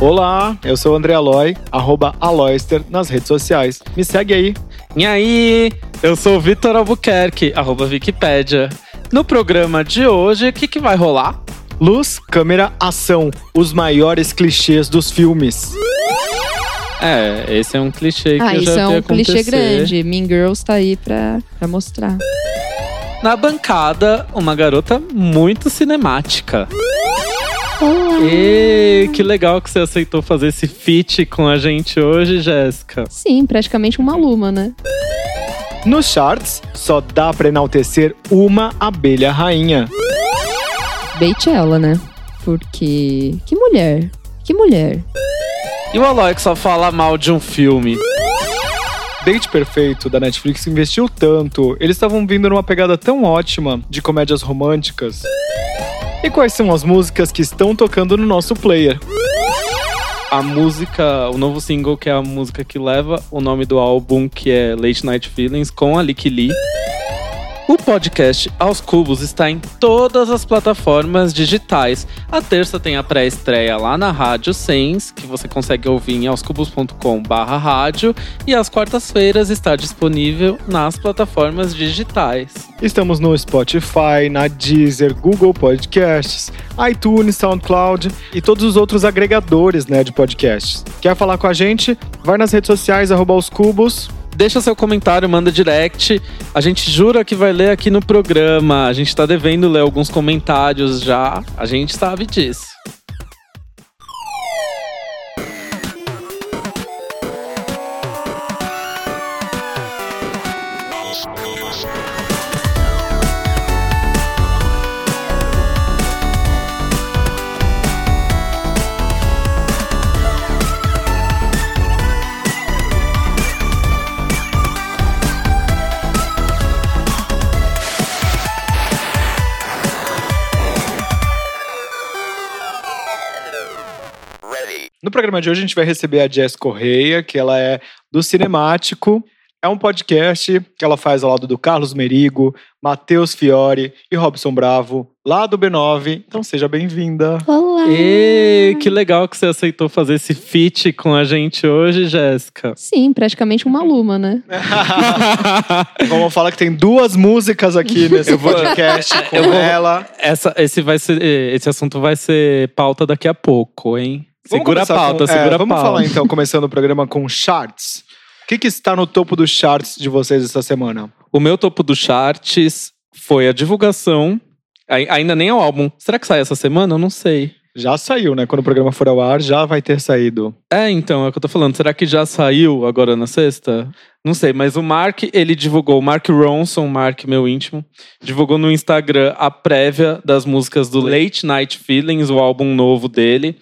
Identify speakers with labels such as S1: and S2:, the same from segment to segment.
S1: Olá, eu sou o André Aloy, arroba Aloyster nas redes sociais. Me segue aí.
S2: E aí, eu sou o Vitor Albuquerque, arroba Wikipédia. No programa de hoje, o que, que vai rolar?
S1: Luz, câmera, ação. Os maiores clichês dos filmes.
S2: É, esse é um clichê que
S3: Ah,
S2: eu já
S3: isso
S2: vi
S3: é um
S2: acontecer.
S3: clichê grande. Mean Girls tá aí pra, pra mostrar.
S2: Na bancada, uma garota muito cinemática.
S3: Ah.
S2: E que legal que você aceitou fazer esse feat com a gente hoje, Jéssica.
S3: Sim, praticamente uma luma, né?
S1: Nos charts, só dá pra enaltecer uma abelha rainha.
S3: Deite ela, né? Porque. Que mulher. Que mulher.
S2: E o Aloy que só fala mal de um filme.
S1: Date Perfeito da Netflix investiu tanto, eles estavam vindo numa pegada tão ótima de comédias românticas. E quais são as músicas que estão tocando no nosso player?
S2: A música, o novo single, que é a música que leva o nome do álbum, que é Late Night Feelings, com a Lick Lee. O podcast Aos Cubos está em todas as plataformas digitais. A terça tem a pré-estreia lá na Rádio Sens, que você consegue ouvir em aoscubos.com/barra rádio. E às quartas-feiras está disponível nas plataformas digitais.
S1: Estamos no Spotify, na Deezer, Google Podcasts, iTunes, SoundCloud e todos os outros agregadores né, de podcasts. Quer falar com a gente? Vai nas redes sociais, arroba os cubos.
S2: Deixa seu comentário, manda direct. A gente jura que vai ler aqui no programa. A gente tá devendo ler alguns comentários já. A gente sabe disso.
S1: No programa de hoje a gente vai receber a Jess Correia, que ela é do Cinemático. É um podcast que ela faz ao lado do Carlos Merigo, Matheus Fiore e Robson Bravo, lá do B9. Então seja bem-vinda.
S3: Olá!
S2: E que legal que você aceitou fazer esse feat com a gente hoje, Jéssica.
S3: Sim, praticamente uma luma, né?
S1: Vamos falar que tem duas músicas aqui nesse
S2: Eu vou-
S1: podcast com
S2: eu vou-
S1: ela.
S2: Essa, esse, vai ser, esse assunto vai ser pauta daqui a pouco, hein?
S1: Vamos
S2: Segura a
S1: começar
S2: pauta,
S1: com- é,
S2: segura a pauta.
S1: Vamos falar então, começando o programa com charts. O que, que está no topo dos charts de vocês essa semana?
S2: O meu topo do charts foi a divulgação. Ai- Ainda nem é o álbum. Será que sai essa semana? Eu não sei.
S1: Já saiu, né? Quando o programa for ao ar, já vai ter saído.
S2: É, então, é o que eu tô falando. Será que já saiu agora na sexta? Não sei, mas o Mark, ele divulgou, o Mark Ronson, Mark, meu íntimo, divulgou no Instagram a prévia das músicas do Late Night Feelings, o álbum novo dele.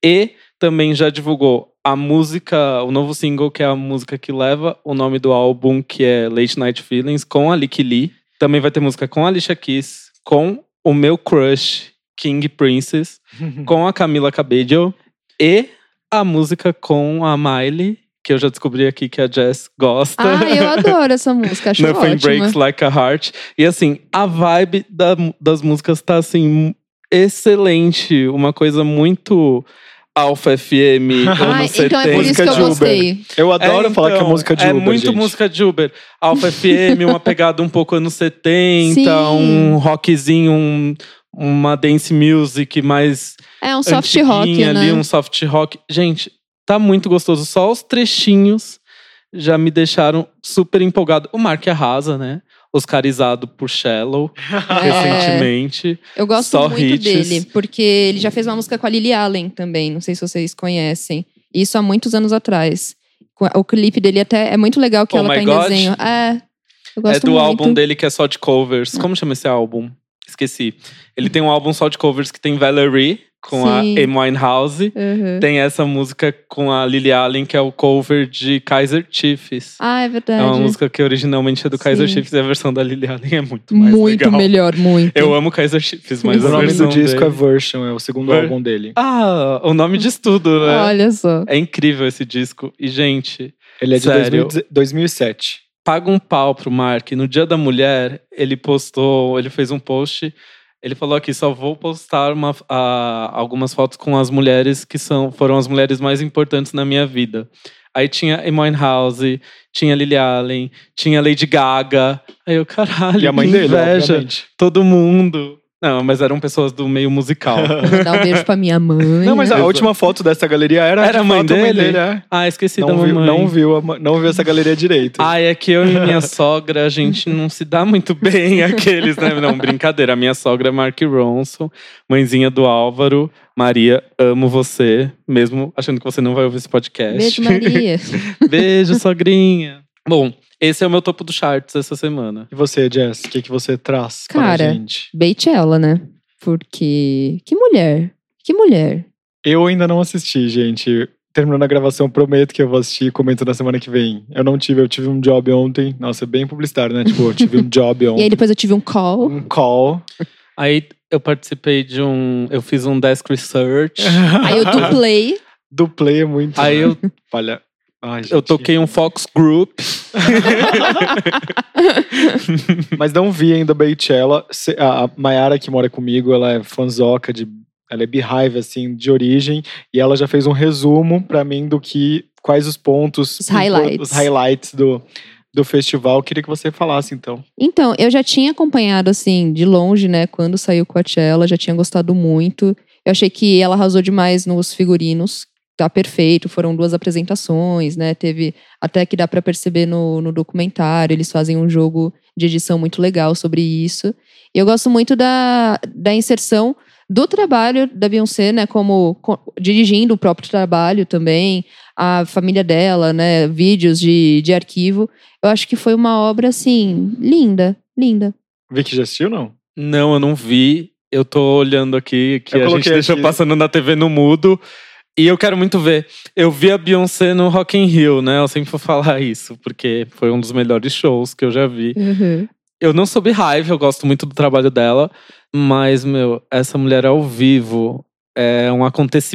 S2: E também já divulgou a música, o novo single, que é a música que leva o nome do álbum, que é Late Night Feelings, com a Lick Lee. Também vai ter música com a Alicia Keys, com o meu crush, King Princess com a Camila Cabello e a música com a Miley, que eu já descobri aqui que a Jess gosta.
S3: Ah, eu adoro essa música, acho
S2: Nothing
S3: ótima.
S2: Breaks Like a Heart. E assim, a vibe da- das músicas tá assim, excelente. Uma coisa muito Alpha FM,
S3: Ah,
S2: anos 70.
S3: então é por isso
S1: Música
S3: que eu
S1: de Uber.
S3: gostei.
S1: Eu adoro
S2: É,
S1: falar que é
S2: então,
S1: música de
S2: É
S1: Uber,
S2: muito
S1: gente.
S2: música de Uber. Alpha FM, uma pegada um pouco anos 70,
S3: Sim.
S2: um rockzinho, um- uma dance music mais
S3: É um soft
S2: antiguinha
S3: rock, né?
S2: ali, um soft rock. Gente, tá muito gostoso. Só os trechinhos já me deixaram super empolgado. O Mark arrasa, né? Oscarizado por Shallow recentemente.
S3: Eu gosto
S2: Só
S3: muito
S2: hits.
S3: dele, porque ele já fez uma música com a Lily Allen também, não sei se vocês conhecem. Isso há muitos anos atrás. Com a- O clipe dele até é muito legal que
S2: Oh
S3: ela
S2: My
S3: tá em
S2: God.
S3: desenho. É. Eu gosto
S2: É do
S3: muito.
S2: álbum dele que é só de covers. Como chama esse álbum? Esqueci. Ele tem um álbum só de covers que tem Valerie com a
S3: Sim.
S2: Amy Winehouse.
S3: Uhum.
S2: Tem essa música com a Lily Allen, que é o cover de Kaiser Chiefs.
S3: Ah, é
S2: É
S3: verdade.
S2: uma música que originalmente é do Kaiser
S3: Sim.
S2: Chiefs e a versão da Lily Allen é muito mais
S3: muito
S2: legal.
S3: melhor, muito.
S2: Eu amo Kaiser Chiefs, mas
S1: o
S2: a
S1: nome do
S2: versão
S1: disco é
S2: dele...
S1: Version, é o segundo
S2: Ver-
S1: álbum dele.
S2: Ah, o nome diz tudo, né?
S3: Olha só.
S2: É incrível esse disco. E, gente,
S1: Ele é de
S2: Sério?
S1: 2000 2007.
S2: paga um pau pro Mark. No Dia da Mulher, ele postou, ele fez um post Ele falou aqui, só vou postar uma- a- algumas fotos com as mulheres que são, foram as mulheres mais importantes na minha vida. Aí tinha Amy House, tinha Lily Allen, tinha Lady Gaga. Aí eu, caralho,
S1: E a mãe
S2: que
S1: dele,
S2: inveja.
S1: obviamente.
S2: Todo mundo. Não, mas eram pessoas do meio musical.
S3: Mandar um beijo pra minha mãe. né?
S1: Não, mas a
S2: Exato.
S1: última foto dessa galeria era,
S2: Era
S1: de
S2: a mãe
S1: fato, a mãe
S2: dele?
S1: dele. é.
S2: ah, esqueci da
S1: Não,
S2: mamãe.
S1: viu, não, viu a ma- não viu essa galeria direito.
S2: Ai, é que eu e minha sogra, a gente não se dá muito bem aqueles, né? Não, brincadeira. A minha sogra é Mark Ronson, mãezinha do Álvaro. Maria, amo você, mesmo achando que você não vai ouvir esse podcast.
S3: Beijo, Maria.
S2: Beijo, sogrinha. Bom, esse é o meu topo do charts essa semana.
S1: E você, Jess, o que, que você traz para
S3: Cara.
S1: a gente?
S3: Beite ela, né? Porque. Que mulher. Que mulher.
S1: Eu ainda não assisti, gente. Terminando a gravação, prometo que eu vou assistir e comento na semana que vem. Eu não tive, eu tive um job ontem. Nossa, é bem publicitário, né? Tipo, eu tive um job
S3: E aí
S1: ontem.
S3: depois eu tive um call.
S1: Um call.
S2: Aí eu participei de um. Eu fiz um desk research.
S3: Aí eu duplei.
S1: Do play é muito.
S2: Aí eu,
S1: Olha. Ai, gente.
S2: eu toquei um Fox Group.
S1: Mas não vi ainda Beychella. Se- A a Mayara, que mora comigo, ela é fanzoca de. Ela é beehive, assim, de origem. E ela já fez um resumo pra mim do que. Quais os pontos.
S3: Os highlights.
S1: Os highlights do, do festival. Queria que você falasse, então.
S3: Então, eu já tinha acompanhado, assim, de longe, né? Quando saiu Coachella, já tinha gostado muito. Eu achei que ela arrasou demais nos figurinos. Tá perfeito, foram duas apresentações, né? Teve. Até que dá pra perceber no, no documentário, eles fazem um jogo de edição muito legal sobre isso. E eu gosto muito da, da inserção do trabalho da Beyoncé, né? Como co- dirigindo o próprio trabalho também, a família dela, né? Vídeos de, de arquivo. Eu acho que foi uma obra, assim, linda, linda.
S1: Vicky já assistiu, não?
S2: Não, eu não vi. Eu tô olhando aqui, que
S1: Eu
S2: a gente
S1: coloquei
S2: deixou
S1: aqui.
S2: passando na TV no mudo. E eu quero muito ver. Eu vi a Beyoncé no Rock in Rio, né? Eu sempre vou falar isso, porque foi um dos melhores shows que eu já vi. Eu não soube raiva, eu gosto muito do trabalho dela. Mas, meu, essa mulher ao vivo é um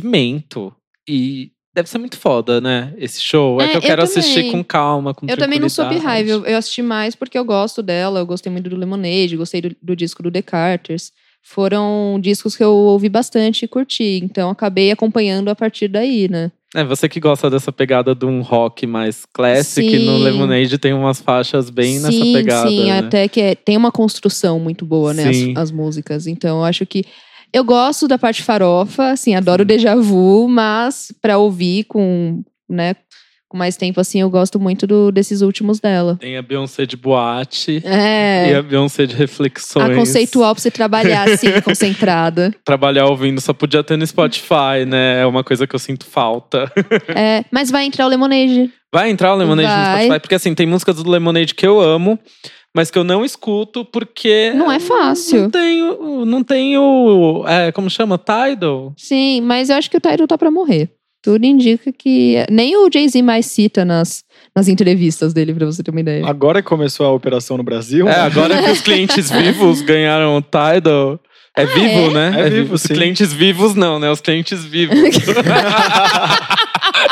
S2: acontecimento. E deve ser muito foda, né? Esse show. É,
S3: É,
S2: que eu
S3: eu
S2: quero assistir
S3: também.
S2: com calma, com
S3: Eu também não soube
S2: tranquilidade.
S3: raiva, eu, eu assisti mais porque eu gosto dela, eu gostei muito do Lemonade, gostei do, do disco do The Carters. Foram discos que eu ouvi bastante e curti, então acabei acompanhando a partir daí, né?
S2: É, você que gosta dessa pegada de um rock mais classic,
S3: Sim.
S2: no Lemonade tem umas faixas bem nessa
S3: sim,
S2: pegada.
S3: Sim,
S2: né?
S3: até que é- tem uma construção muito boa, né?
S2: Sim.
S3: As, as músicas. Então, eu acho que. Eu gosto da parte farofa, assim, adoro o déjà vu, mas pra ouvir com, né, com mais tempo, assim, eu gosto muito do- desses últimos dela.
S2: Tem a Beyoncé de boate e
S3: É.
S2: a Beyoncé de reflexões.
S3: A conceitual pra você trabalhar, assim, concentrada.
S2: Trabalhar ouvindo só podia ter no Spotify, né? É uma coisa que eu sinto falta.
S3: É, mas vai entrar o Lemonade.
S2: Vai entrar o Lemonade no
S3: Vai.
S2: Spotify? Porque assim, tem músicas do Lemonade que eu amo, mas que eu não escuto porque.
S3: Não é
S2: Não
S3: fácil.
S2: tenho. Não tenho é, como chama? Tidal?
S3: Sim, mas eu acho que o Tyro tá pra morrer. Tudo indica que. é, Nem o Jay-Z mais cita nas, nas entrevistas dele, pra você ter uma ideia.
S2: Ah,
S1: Agora que começou a operação no Brasil.
S2: É,
S1: né?
S2: agora que os clientes vivos ganharam o Tidal. É vivo,
S3: é?
S2: né?
S1: É vivo,
S2: Os
S1: sim.
S2: clientes vivos não, né? Os clientes vivos.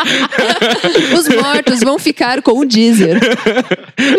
S3: Os mortos vão ficar com o Deezer.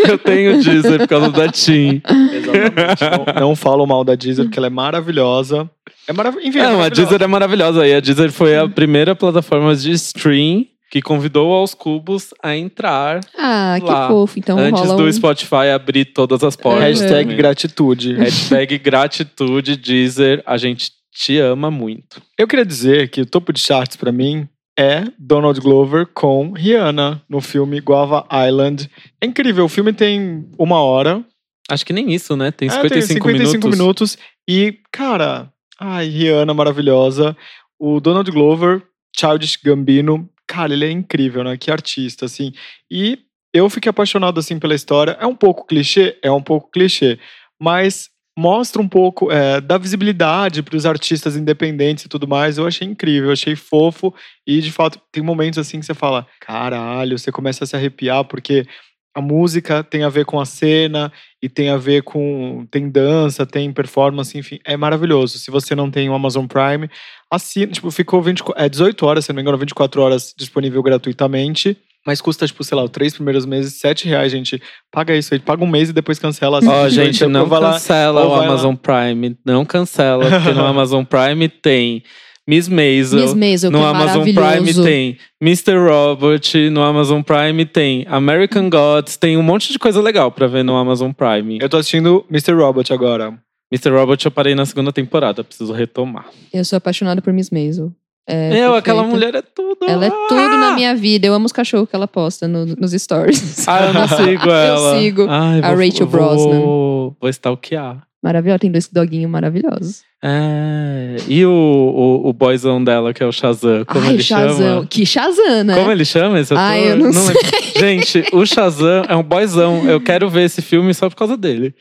S2: eu tenho o Deezer por causa da Tim.
S1: Exatamente. não, não falo mal da Deezer, porque ela é maravilhosa. É maravilhosa. Enfim, é
S2: Não, a
S1: maravilhosa.
S2: Deezer é maravilhosa. E a Deezer foi a primeira plataforma de stream que convidou aos cubos a entrar
S3: Ah, que
S2: Lá.
S3: fofo. Então
S2: antes
S3: rola
S2: do
S3: um...
S2: Spotify abrir todas as portas.
S1: Hashtag
S2: é também.
S1: gratitude.
S2: Hashtag gratitude, Deezer. A gente te ama muito.
S1: Eu queria dizer que o topo de charts pra mim é Donald Glover com Rihanna no filme Guava Island. É incrível, o filme tem uma hora.
S2: Acho que nem isso, né? Tem
S1: É, tem
S2: 55,
S1: 55
S2: minutos.
S1: minutos. E, cara, ai, Rihanna maravilhosa. O Donald Glover, Childish Gambino, cara, ele é incrível, né? Que artista, assim. E eu fiquei apaixonado, assim, pela história. É um pouco clichê? É um pouco clichê. Mas mostra um pouco é, da visibilidade para os artistas independentes e tudo mais. Eu achei incrível, eu achei fofo. E, de fato, tem momentos, assim, que você fala, caralho, você começa a se arrepiar, porque... A música tem a ver com a cena, e tem a ver com. Tem dança, tem performance, enfim, é maravilhoso. Se você não tem o Amazon Prime, assina. Tipo, ficou 20, é, 18 horas, se não me engano, 24 horas disponível gratuitamente. Mas custa, tipo, sei lá, os três primeiros meses, sete reais, gente. Paga isso aí, paga um mês e depois cancela.
S2: Ó,
S1: Então,
S2: gente, não
S1: vai lá-
S2: cancela
S1: ou
S2: o
S1: vai lá-
S2: Amazon Prime. Não cancela, porque no Amazon Prime tem Miss Maisel.
S3: Miss Maisel, que
S2: no
S3: é
S2: Amazon Prime
S3: maravilhoso.
S2: tem Mr. Robot, no Amazon Prime tem American Gods, tem um monte de coisa legal pra ver no Amazon Prime.
S1: Eu tô assistindo Mr. Robot agora.
S2: Mr. Robot eu parei na segunda temporada, preciso retomar.
S3: Eu sou apaixonada por Miss Maisel. É
S2: Meu,
S3: perfeita.
S2: aquela mulher é tudo.
S3: Ela é tudo na
S2: Ah!
S3: minha vida. Eu amo os cachorros que ela posta no- nos stories.
S2: Ah, eu não sigo
S3: Eu
S2: ela.
S3: sigo
S2: Ai,
S3: a
S2: vou-
S3: Rachel
S2: Vou, vou stalkear.
S3: Maravilhosa. Tem dois doguinhos maravilhosos.
S2: É, e o, o, o boyzão dela, que é o Shazam, como
S3: Ai,
S2: ele chama?
S3: Shazam. Que Shazam, né?
S2: Como ele chama esse ator?
S3: Ai, eu não sei.
S2: lembro. Gente, o Shazam é um boyzão. Eu quero ver esse filme só por causa dele.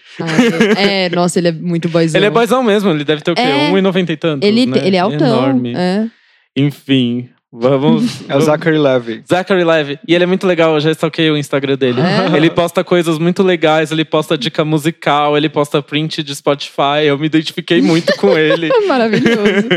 S3: Ai, é, nossa, ele é muito boyzão.
S2: Ele é boyzão mesmo, ele deve ter o quê?
S3: É.
S2: 1,90 e tanto.
S3: Ele,
S2: né?
S3: ele é altão.
S2: Enorme.
S3: é.
S2: Enfim, vamos.
S1: É o Zachary Levy.
S2: Zachary Live. E ele é muito legal, eu já stalkei o Instagram dele.
S3: É?
S2: Ele posta coisas muito legais, ele posta dica musical, ele posta print de Spotify. Eu me identifiquei muito com ele.
S3: É maravilhoso.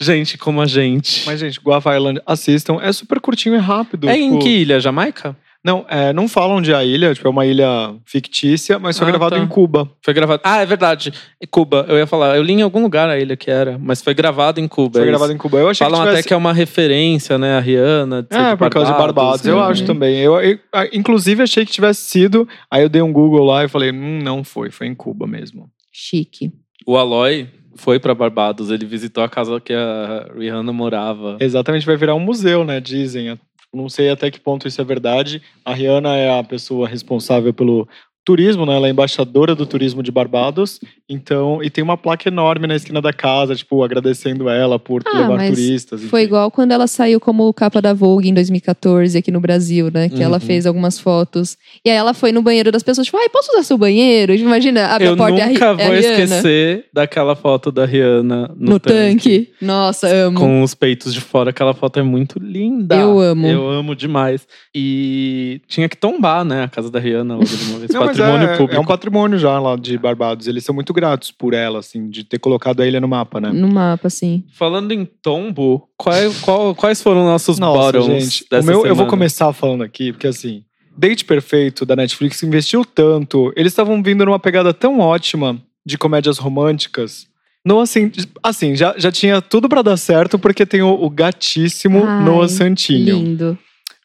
S2: gente, como a gente.
S1: Mas, gente, Guava Island, assistam. É super curtinho e rápido.
S2: é
S1: tipo-
S2: em que ilha? Jamaica?
S1: Não, é, não falam de a ilha, tipo, é uma ilha fictícia, mas foi
S2: Ah,
S1: gravado
S2: tá.
S1: em Cuba.
S2: Foi gravado. Ah, é verdade. E Cuba. Eu ia falar, eu li em algum lugar a ilha que era, mas foi gravado em Cuba.
S1: Foi
S2: é
S1: gravado
S2: isso.
S1: em Cuba. Eu achei
S2: Falam
S1: que tivesse...
S2: até que é uma referência, né? A Rihanna. de ser
S1: É,
S2: de
S1: por causa de Barbados, eu
S2: né?
S1: acho também. Eu, eu- ah, inclusive, achei que tivesse sido. Aí eu dei um Google lá e falei, hum, não foi, foi em Cuba mesmo.
S3: Chique.
S2: O Aloy foi pra Barbados, ele visitou a casa que a Rihanna morava.
S1: Exatamente, vai virar um museu, né? Dizem. Não sei até que ponto isso é verdade. A Rihanna é a pessoa responsável pelo turismo, né? Ela é embaixadora do turismo de Barbados. Então, e tem uma placa enorme na esquina da casa, tipo, agradecendo ela por
S3: Ah,
S1: levar
S3: mas
S1: turistas.
S3: Foi
S1: enfim.
S3: igual quando ela saiu como capa da Vogue em 2014 aqui no Brasil, né? Que ela
S2: Uhum.
S3: fez algumas fotos. E aí ela foi no banheiro das pessoas, tipo, ai, posso usar seu banheiro? Tipo, Imagina, abre
S2: Eu
S3: a porta e a Ri-
S2: nunca
S3: é a
S2: vou
S3: Rihanna
S2: esquecer daquela foto da Rihanna no,
S3: no, tanque. Nossa, amo.
S2: Com os peitos de fora, aquela foto é muito linda.
S3: Eu amo.
S2: Eu amo demais. E tinha que tombar, né? A casa da Rihanna logo de uma vez.
S1: Não, mas
S2: Patrimônio
S1: é,
S2: público.
S1: é um patrimônio já lá de Barbados. Eles são muito gratos por ela, assim, de ter colocado a ilha no mapa, né?
S3: No mapa, assim.
S2: Falando em tombo, qual- é, qual- quais foram nossos
S1: Nossa,
S2: bottoms
S1: gente,
S2: dessa
S1: o meu, eu vou
S2: semana?
S1: começar falando aqui, porque assim, Date Perfeito da Netflix investiu tanto, eles estavam vindo numa pegada tão ótima de comédias românticas. Não assim, assim, já, já tinha tudo pra dar certo, porque tem o, o gatíssimo
S3: Ai,
S1: Noah Santinho.
S3: Lindo.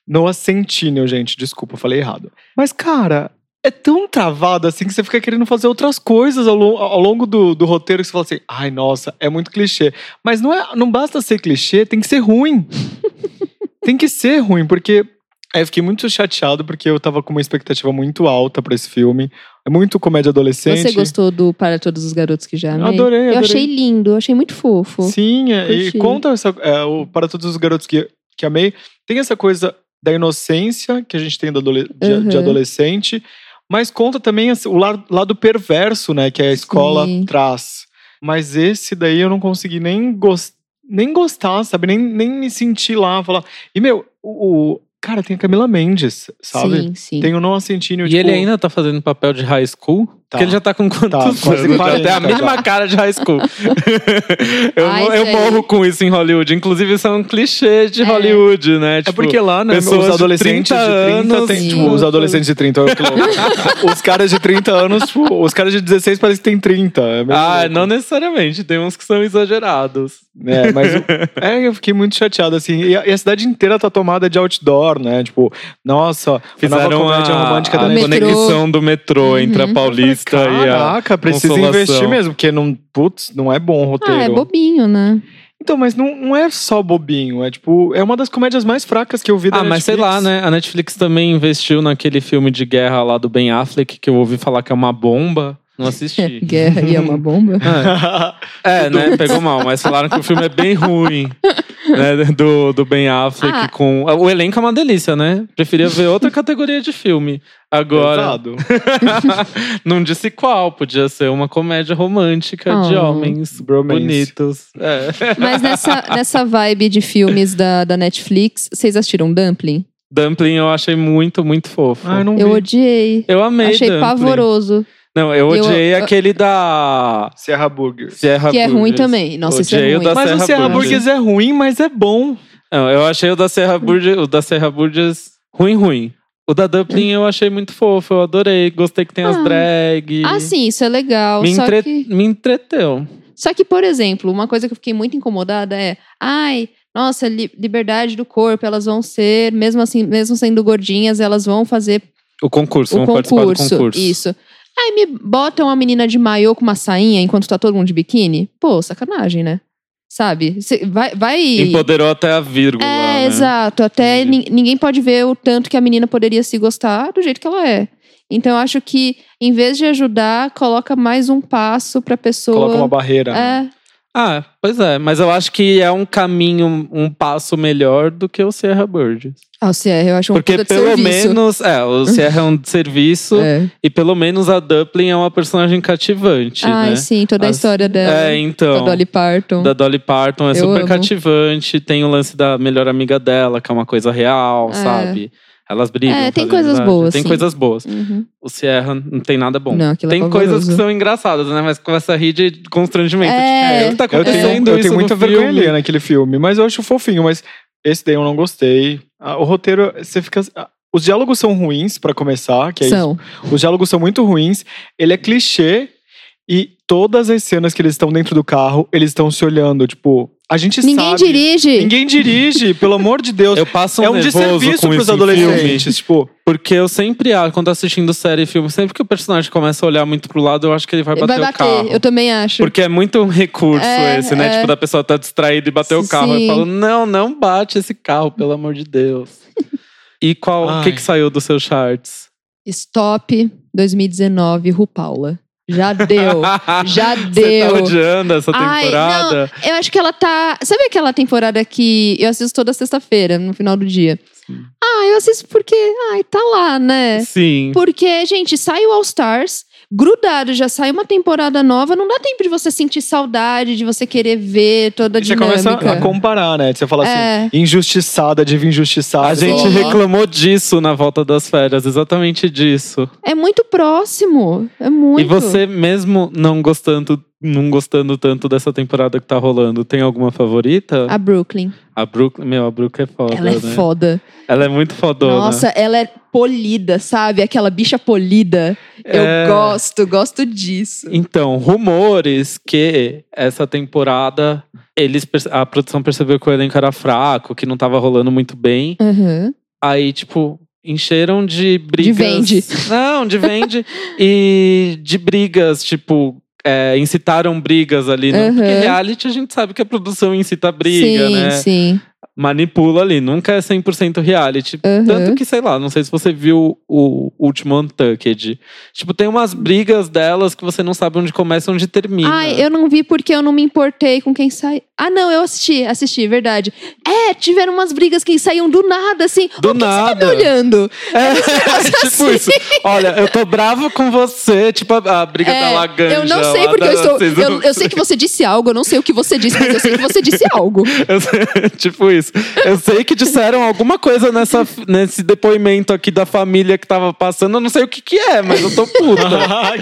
S1: Noah Centineo, né, gente, desculpa, eu falei errado. Mas, cara, é tão travado assim que você fica querendo fazer outras coisas ao, lo- ao longo do, do roteiro que você fala assim, ai, nossa, é muito clichê. Mas não, é, não basta ser clichê, tem que ser ruim. tem que ser ruim, porque aí eu fiquei muito chateado porque eu tava com uma expectativa muito alta pra esse filme. É muito comédia adolescente.
S3: Você gostou do Para Todos os Garotos que já amei?
S1: Adorei,
S3: Eu
S1: adorei.
S3: achei lindo, eu achei muito fofo.
S1: Sim, é, e
S3: Curti.
S1: conta essa, é, o- para todos os garotos que, que amei. Tem essa coisa da inocência que a gente tem da adole- de,
S3: Uhum.
S1: de adolescente, mas conta também esse- o la- lado perverso, né, que a escola
S3: Sim.
S1: traz. Mas esse daí eu não consegui nem, gos- nem gostar, sabe? Nem, nem me sentir lá, falar. E, meu, o, o- Cara, tem a Camila Mendes, sabe?
S3: Sim, sim.
S1: Tem o Noah Centineo,
S2: E
S1: tipo,
S2: ele ainda tá fazendo papel de high school? Porque ele já tá com quantos
S1: Tá,
S2: anos?
S1: quase Tá.
S2: Ele
S1: 40
S2: tem a mesma
S1: já.
S2: cara de high school. eu
S3: Ai,
S2: mo- eu
S3: isso aí.
S2: morro com isso em Hollywood. Inclusive, isso é um clichê de
S3: É.
S2: Hollywood, né?
S1: É
S2: Tipo,
S1: porque lá, né,
S2: pessoas
S1: os
S2: de
S1: adolescentes
S2: 30
S1: de 30,
S2: anos,
S1: tem,
S3: sim.
S1: tipo, os adolescentes de 30, olha que louco. os caras de 30 anos, tipo, os caras de 16 parecem que tem 30. É meio
S2: Ah,
S1: louco.
S2: não necessariamente. Tem uns que são exagerados.
S1: É, mas o- é, eu fiquei muito chateado, assim. E a, e a cidade inteira tá tomada de outdoor, né? Tipo, nossa, a nova
S2: Fizeram
S1: comédia
S2: a,
S1: romântica
S2: a
S1: da
S3: O metrô.
S1: Netflix.
S2: conexão do metrô entre a Paulista e a...
S1: Caraca, precisa
S2: Consolação.
S1: investir mesmo, porque não, putz, não é bom o roteiro.
S3: Ah, é bobinho, né?
S1: Então, mas não, não é só bobinho, é tipo, é uma das comédias mais fracas que eu vi da
S2: Ah, mas sei
S1: Netflix.
S2: lá, né? A Netflix também investiu naquele filme de guerra lá do Ben Affleck, que eu ouvi falar que é uma bomba. Não assisti.
S3: Guerra e é uma bomba.
S2: Ah, é, né? Pegou mal, mas falaram que o filme é bem ruim. Né? Do, do Ben Affleck
S3: Ah.
S2: com. O elenco é uma delícia, né? Preferia ver outra categoria de filme. Agora,
S1: Pesado.
S2: não disse qual, podia ser uma comédia romântica de
S3: Oh.
S2: homens
S1: Bromance.
S2: bonitos. É.
S3: Mas nessa, nessa vibe de filmes da, da Netflix, vocês assistiram Dumpling?
S2: Dumpling eu achei muito, muito fofo.
S1: Ah, eu não
S3: Eu
S1: vi.
S3: odiei.
S2: Eu amei.
S3: Achei
S2: Dumpling.
S3: pavoroso.
S2: Não, eu
S3: Eu-
S2: odiei aquele da.
S1: Serra Burgers.
S2: Serra
S3: Que é ruim
S2: Burgers.
S3: também. Nossa, isso é
S2: Odeio
S3: ruim.
S2: da-
S1: Mas
S2: Serra
S1: o Serra
S3: Burgers.
S1: Burgers é ruim, mas é bom.
S2: Não, eu achei o da Serra Burgers, o da Serra Burgers Ruim, ruim. O da Dublin eu achei muito fofo, eu adorei. Gostei que tem as
S3: Ah.
S2: drag.
S3: Ah, sim, isso é legal.
S2: me,
S3: só
S2: entre-
S3: que...
S2: me entreteu.
S3: Só que, por exemplo, uma coisa que eu fiquei muito incomodada é, ai, nossa, li- liberdade do corpo, elas vão ser, mesmo assim, mesmo sendo gordinhas, elas vão fazer
S2: O concurso,
S3: o
S2: vamos participar do
S3: concurso.
S2: concurso.
S3: Isso. Aí me botam uma menina de maiô com uma sainha enquanto tá todo mundo de biquíni? Pô, sacanagem, né? Sabe? Cê vai. vai...
S2: Empoderou até a vírgula.
S3: É,
S2: né?
S3: exato. Até
S2: Entendi.
S3: nin- ninguém pode ver o tanto que a menina poderia se gostar do jeito que ela é. Então, eu acho que, em vez de ajudar, coloca mais um passo pra pessoa.
S1: Coloca uma barreira. né?
S3: É,
S2: Ah, pois é. Mas eu acho que é um caminho, um passo melhor do que o Sierra Bird.
S3: Ah, o CR, eu acho um
S2: Porque
S3: puta de
S2: pelo
S3: serviço.
S2: menos. É, o Sierra é um de serviço.
S3: É.
S2: E pelo menos a Dublin é uma personagem cativante,
S3: Ai,
S2: né?
S3: sim, Ah, toda a
S2: As-
S3: história dela.
S2: É,
S3: da
S2: então.
S3: Dolly Parton.
S2: Da Dolly Parton é
S3: Eu
S2: super
S3: amo.
S2: cativante. Tem o lance da melhor amiga dela, que é uma coisa real,
S3: É.
S2: sabe? Elas brigam.
S3: É, tem
S2: fazem
S3: coisas
S2: amizade.
S3: boas,
S2: Tem
S3: sim.
S2: coisas boas.
S3: Uhum.
S2: O Sierra não tem nada bom.
S3: Não, aquilo é
S2: tem coisas
S3: pavoroso.
S2: que são engraçadas, né? Mas começa a rir de constrangimento.
S3: É.
S2: tipo, o que tá
S1: Eu tenho,
S2: acontecendo
S1: eu
S2: isso
S1: tenho
S2: no
S1: muita
S2: filme?
S1: vergonha ali naquele filme, mas eu acho fofinho, mas esse daí eu não gostei. Ah, O roteiro, você fica. ah, Os diálogos são ruins, pra começar, que é
S3: São.
S1: isso. Os diálogos são muito ruins. Ele é clichê e todas as cenas que eles estão dentro do carro, eles estão se olhando, tipo, a gente
S3: Ninguém
S1: sabe.
S3: dirige.
S1: Ninguém dirige, pelo amor de Deus.
S2: Eu passo um,
S1: é um
S2: nervoso
S1: desserviço
S2: com
S1: pros
S2: esse filme.
S1: adolescentes, tipo,
S2: Porque eu sempre, ah, quando tô assistindo série e filme, sempre que o personagem começa a olhar muito pro lado, eu acho que ele vai
S3: Vai
S2: bater,
S3: bater,
S2: o carro.
S3: eu também acho.
S2: Porque é muito um recurso
S3: É,
S2: esse, né?
S3: é.
S2: Tipo, da pessoa tá distraída e bater o
S3: Sim.
S2: carro. Eu falo, não, não bate esse carro, pelo amor de Deus. e qual, o que
S1: Ai.
S2: que saiu dos seus charts?
S3: Stop 2019, RuPaula. Já deu. Oh, Já
S2: Você tá
S3: deu.
S2: odiando essa
S3: Ai,
S2: temporada?
S3: Eu acho que ela tá. Sabe aquela temporada que eu assisto toda sexta-feira, no final do dia?
S2: Sim.
S3: Ah, eu assisto porque. Ai, tá lá, né?
S2: Sim.
S3: Porque, gente, sai o All Stars, grudado, já sai uma temporada nova, não dá tempo de você sentir saudade, de você querer ver toda a
S1: você
S3: dinâmica.
S1: começa a comparar, né? Você fala assim,
S3: é,
S1: injustiçada, diva injustiçada.
S2: A gente
S3: Sim.
S2: reclamou disso na volta das férias, exatamente disso.
S3: é muito próximo. É muito.
S2: E você mesmo não gostando, não gostando tanto dessa temporada que tá rolando, tem alguma favorita?
S3: A Brooklyn.
S2: A, Brooklyn, meu, a Brooklyn é foda,
S3: ela é
S2: né?
S3: foda.
S2: Ela é muito fodona.
S3: Nossa, ela é polida, sabe? Aquela bicha polida.
S2: É.
S3: Eu gosto, gosto disso.
S2: Então, rumores que essa temporada eles perce- a produção percebeu que o elenco era fraco, que não tava rolando muito bem.
S3: Aham.
S2: Aí, tipo, encheram de brigas.
S3: vende.
S2: Não, de vende. e de brigas, tipo, é, incitaram brigas ali. Não,
S3: Uhum.
S2: Porque reality a gente sabe que a produção incita briga,
S3: sim,
S2: né?
S3: sim.
S2: Manipula ali, nunca é 100% reality.
S3: Aham.
S2: Tanto que, sei lá, não sei se você viu o último Untucked. Tipo, tem umas brigas delas que você não sabe onde começa e onde termina.
S3: Ai, eu não vi porque eu não me importei com quem sai. Ah, não, eu assisti, assisti, verdade. É, tiveram umas brigas que saíam do nada, assim.
S2: Do
S3: "Ô, por que
S2: nada.
S3: Você tá me olhando.
S2: É, tipo
S3: assim.
S2: isso. Olha, eu tô bravo com você. Tipo, a, a briga
S3: É,
S2: da Laganja.
S3: eu não sei
S2: lá
S3: porque eu
S2: da
S3: estou.
S2: season
S3: Eu, eu sei que você disse algo, eu não sei o que você disse, mas eu sei que você disse algo.
S2: Eu sei- tipo isso. Eu sei que disseram alguma coisa nessa, nesse depoimento aqui da família que tava passando. Eu não sei o que que é, mas eu tô puta.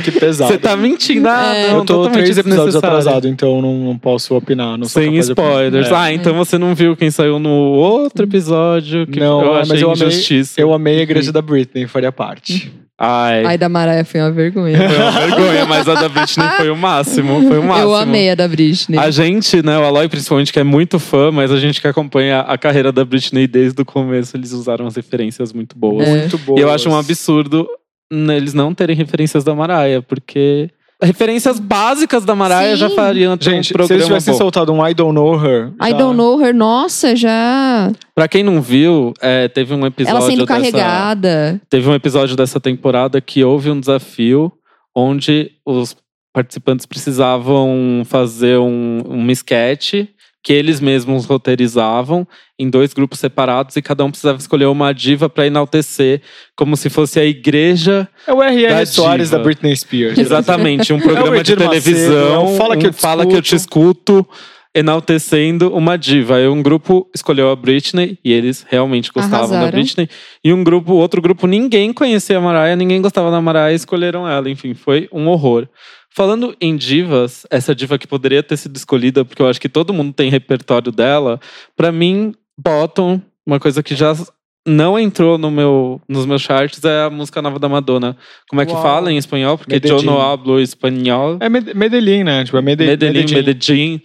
S1: que pesado.
S2: Você tá mentindo. Ah,
S3: É.
S1: eu
S2: não,
S1: tô
S2: totalmente
S1: três episódios
S2: desnecessário.
S1: atrasado, então não, não posso opinar. Não sou
S2: Sem
S1: capaz de opinar.
S2: spoilers.
S1: É.
S2: Ah, então você não viu quem saiu no outro episódio. Que
S1: Não,
S2: eu
S1: é,
S2: achei
S1: mas eu amei-
S2: injustiça.
S1: Eu amei a igreja da Britney, faria parte.
S2: Ai,
S3: Ai, da Maraia foi uma vergonha.
S2: foi uma vergonha, mas a da Britney foi o máximo. Foi o máximo.
S3: Eu amei a da Britney.
S2: A gente, né, o Aloy principalmente, que é muito fã, mas a gente que acompanha a carreira da Britney desde o começo, eles usaram as referências muito boas.
S3: É.
S1: Muito boa.
S2: E eu acho um absurdo n- eles não terem referências da Maraia, porque referências básicas da Maraia
S3: Sim.
S2: já fariam ter
S1: Gente,
S2: um
S1: se eles
S2: programa
S1: tivessem
S2: bom.
S1: soltado um I Don't Know Her.
S3: I
S1: já-
S3: don't know her, nossa, já.
S2: Pra quem não viu, é, teve um episódio
S3: Ela sendo
S2: dessa...
S3: carregada.
S2: Teve um episódio dessa temporada que houve um desafio onde os participantes precisavam fazer um, um sketch que eles mesmos roteirizavam em dois grupos separados e cada um precisava escolher uma diva para enaltecer como se fosse a igreja
S1: É o R.R.
S2: Da
S1: Soares
S2: diva.
S1: da Britney Spears.
S2: exatamente um
S1: né? É o
S2: programa de
S1: Edir Macedo,
S2: televisão
S1: é o Fala
S2: um
S1: Que Eu Te
S2: fala que eu te escuto enaltecendo uma diva aí um grupo escolheu a Britney e eles realmente gostavam da
S3: Arrasaram.
S2: Britney e um grupo outro grupo ninguém conhecia a Mariah ninguém gostava da Mariah e escolheram ela enfim foi um horror falando em divas essa diva que poderia ter sido escolhida porque eu acho que todo mundo tem repertório dela pra mim botam uma coisa que já não entrou no meu, nos meus charts é a música nova da Madonna. Como é que
S1: Uau.
S2: fala em espanhol? Porque
S1: Medellín.
S2: yo no hablo espanhol.
S1: É Med- Medellín, né? Tipo, é Mede-
S2: Medellín,
S1: Medellín.
S2: Medellín.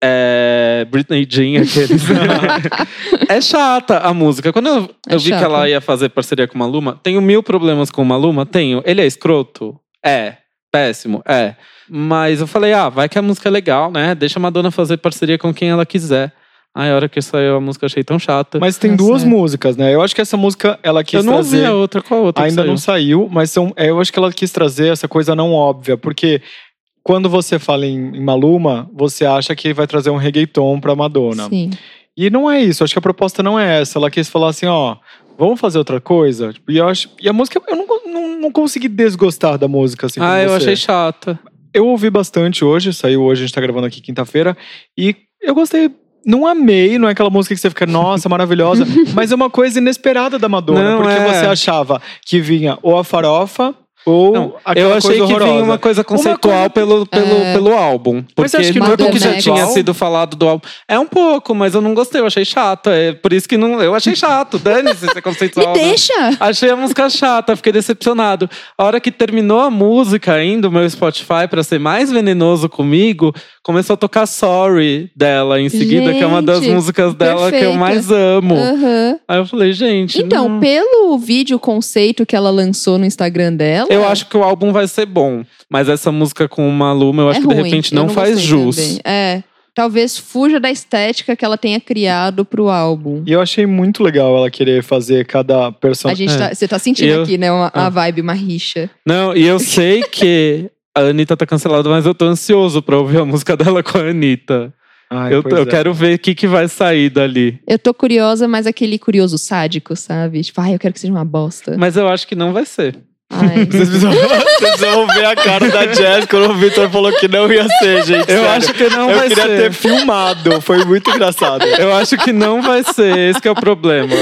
S2: É, Britney Jean, aqueles. é chata a música. Quando eu,
S3: É
S2: eu vi que
S3: chata.
S2: ela ia fazer parceria com o Maluma, tenho mil problemas com o Maluma? Tenho. Ele é escroto? É. Péssimo? É. Mas eu falei, ah, vai que a música é legal, né? Deixa a Madonna fazer parceria com quem ela quiser. Aí a hora que saiu a música eu achei tão chata.
S1: Mas tem
S3: Tá
S1: duas
S3: certo.
S1: músicas, né? Eu acho que essa música ela quis
S2: eu não
S1: trazer.
S2: ouvi a outra, qual a outra? que
S1: Ainda
S2: saiu?
S1: não saiu, mas são, é, eu acho que ela quis trazer essa coisa não óbvia, porque quando você fala em, em Maluma, você acha que vai trazer um reggaeton pra Madonna.
S3: Sim.
S1: E não é isso, acho que a proposta não é essa. Ela quis falar assim, ó, vamos fazer outra coisa. Tipo, e, eu acho, e a música, eu não, não, não consegui desgostar da música. Assim, como
S2: Ah, eu
S1: você.
S2: achei chata.
S1: Eu ouvi bastante hoje, saiu hoje, a gente tá gravando aqui quinta-feira, e eu gostei. Não amei, não é aquela música que você fica, nossa, maravilhosa, mas é uma coisa inesperada da Madonna,
S2: Não,
S1: porque
S2: é.
S1: você achava que vinha ou a farofa ou
S2: Não,
S1: aquela
S2: eu achei
S1: coisa
S2: que
S1: horrorosa.
S2: vinha uma coisa conceitual
S1: coisa que-
S2: pelo, pelo,
S3: É.
S2: pelo álbum. Porque
S1: Mas você acha que
S3: não é
S2: tudo que já
S3: conceitual?
S2: tinha sido falado do álbum. É um pouco, mas eu não gostei, eu achei chato. É por isso que não, eu achei chato. Dane-se ser
S3: Me
S2: conceitual. né?
S3: deixa!
S2: Achei a música chata, fiquei decepcionado. A hora que terminou a música ainda, o meu Spotify, pra ser mais venenoso comigo, começou a tocar Sorry dela em seguida, que é uma das
S3: Gente,
S2: músicas dela que eu
S3: perfeita.
S2: mais amo.
S3: Aham.
S2: Aí eu falei, gente.
S3: Então,
S2: não.
S3: pelo vídeo conceito que ela lançou no Instagram dela.
S2: Eu acho que o álbum vai ser bom, mas essa música com uma Maluma, eu acho
S3: é
S2: que de
S3: ruim.
S2: repente
S3: Eu
S2: não, faz
S3: gostei
S2: jus.
S3: também. É. Talvez fuja da estética que ela tenha criado pro álbum.
S1: E eu achei muito legal ela querer fazer cada
S3: A
S1: personagem.
S3: gente
S2: é.
S3: tá, você tá sentindo
S2: Eu-
S3: aqui, né? Uma,
S2: Ah.
S3: A vibe, uma rixa.
S2: Não, e eu sei que a Anitta tá cancelada, mas eu tô ansioso pra ouvir a música dela com a Anitta. eu, eu
S1: é.
S2: quero ver o que, que vai sair dali.
S3: Eu tô curiosa, mas aquele curioso sádico, sabe? Tipo, ai, eu quero que seja uma bosta.
S2: Mas eu acho que não vai ser.
S3: Ai.
S1: Vocês precisam, vocês precisam ver a cara da Jess quando o Victor falou que não ia ser, gente.
S2: Eu
S1: sério.
S2: acho que não
S1: Eu
S2: vai
S1: queria
S2: ser.
S1: ter filmado, foi muito engraçado.
S2: Eu acho que não vai ser. Esse que é o problema.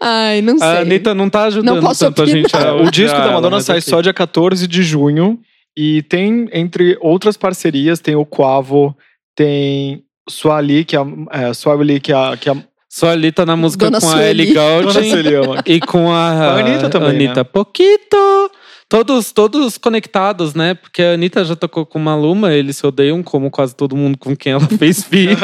S3: ai, não sei.
S2: A Anitta não tá ajudando
S3: Não posso
S2: tanto a
S3: opinar.
S2: gente. A
S1: o disco
S2: odiar
S1: da
S2: ela,
S1: Madonna
S2: mas
S1: sai
S2: enfim.
S1: só dia 14 de junho. E tem, entre outras parcerias, tem o Quavo, tem Suali, que é, a- é, Suali, que é, a- que é a
S2: Só ali tá na música
S3: Dona
S2: com a
S3: Sueli.
S2: Ellie
S1: Dona
S2: Goulding.
S1: Sueli, ó.
S2: E com a,
S1: A Anitta também,
S2: Anitta
S1: né?
S2: Pouquito. Todos, todos conectados, né? Porque a Anitta já tocou com uma Luma, eles se odeiam como quase todo mundo com quem ela fez feat.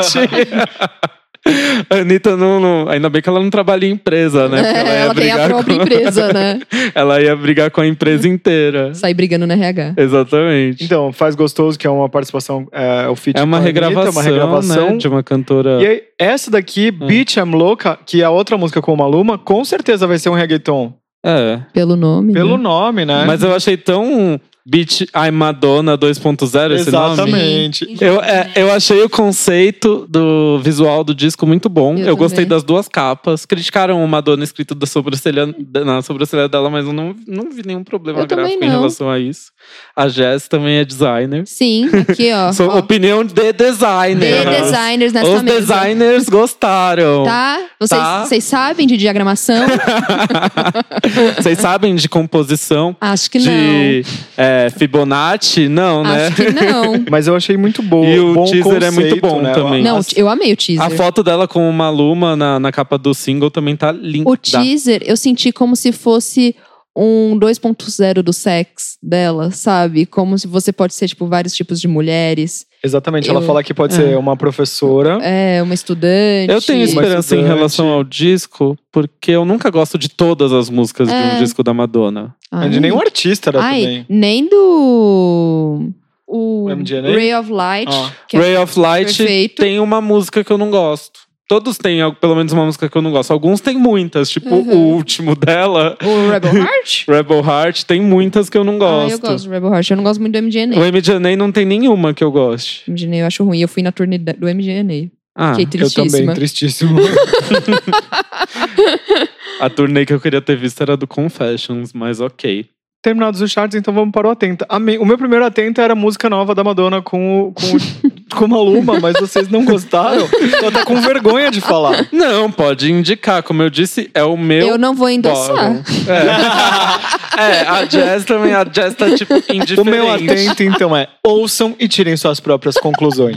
S2: a Anitta não, não- Ainda bem que ela não trabalha em empresa, né? Porque
S3: É, ela tem a própria
S2: com,
S3: empresa, né?
S2: Ela ia brigar com a empresa inteira.
S3: Sair brigando na RH.
S2: Exatamente.
S1: Então, Faz Gostoso, que é uma participação, é, o feat
S2: é
S1: com a
S2: uma
S1: Anitta,
S2: regravação,
S1: uma regravação.
S2: né, de uma Hum. cantora.
S1: E é aí, essa daqui, Beach I'm Louca, que é a outra música com o Maluma, com certeza vai ser um reggaeton.
S2: É.
S3: Pelo nome.
S1: Pelo
S3: né?
S1: nome, né?
S2: Mas eu achei tão Beat I'm Madonna 2.0 esse nome.
S1: Exatamente.
S3: Sim.
S2: Eu, é, eu achei o conceito do visual do disco muito bom. Eu,
S3: Eu
S2: gostei
S3: também.
S2: das duas capas. Criticaram o Madonna escrito da sobrancelha, da- na sobrancelha dela, mas eu não, não vi nenhum problema
S3: Eu também
S2: gráfico em
S3: não.
S2: relação a isso. A Jess também é designer.
S3: Sim, aqui, ó.
S2: Sou
S3: ó.
S2: opinião de designer.
S3: De designers nessa
S2: Os
S3: mesa.
S2: designers gostaram.
S3: Tá? Vocês,
S2: Tá.
S3: vocês sabem de diagramação?
S2: Vocês sabem de composição?
S3: Acho que
S2: de é, Fibonacci? Não,
S3: não.
S2: né?
S3: Acho que não.
S1: Mas eu achei muito boa.
S2: E o
S1: bom
S2: teaser é
S1: conceito,
S2: muito bom
S1: né?
S2: também.
S3: Não,
S1: As-
S3: eu amei o teaser.
S2: A foto dela com uma luma na, na capa do single também tá linda.
S3: O teaser eu senti como se fosse um 2.0 do sex dela, sabe? Como se você pode ser, tipo, vários tipos de mulheres.
S1: Exatamente, ela
S3: Eu-
S1: fala que pode
S2: É.
S1: ser uma professora.
S3: É, uma estudante.
S2: Eu tenho esperança em
S1: estudante.
S2: relação ao disco, porque eu nunca gosto de todas as músicas de um
S3: É.
S2: disco da Madonna.
S3: Ai.
S1: De nenhum artista era
S3: Ah, é? Ai,
S1: também.
S3: nem do... O
S1: MDNA?
S3: Ray of Light.
S1: Ó.
S3: que é
S2: Ray of Light
S3: perfeito.
S2: tem uma música que eu não gosto. Todos têm al- pelo menos uma música que eu não gosto. Alguns têm muitas, tipo
S3: Uhum.
S2: o último dela,
S3: O Rebel Heart?
S2: Rebel Heart, tem muitas que eu não
S3: Ah,
S2: gosto.
S3: eu gosto do Rebel Heart. Eu não gosto muito do
S2: O
S3: MDNA.
S2: MDNA não tem nenhuma que eu goste.
S3: MDNA eu acho ruim. Eu fui na turnê da- do MDNA.
S2: Ah,
S3: Fiquei
S1: Eu também,
S3: tristíssima.
S1: tristíssimo.
S2: a turnê que eu queria ter visto era do Confessions, mas ok.
S1: Terminados os charts, então vamos para o Atenta. Amei. O meu primeiro Atenta era a música nova da Madonna com, o- com, o- com uma Luma, mas vocês não gostaram. Ela tá com vergonha de falar.
S2: Não, pode indicar. Como eu disse, é o meu
S3: Eu, não vou endossar.
S1: né?
S2: Bom, É. É, a Jess também, a Jess tá tipo indiferente.
S1: O meu Atenta, então, é ouçam e tirem suas próprias conclusões.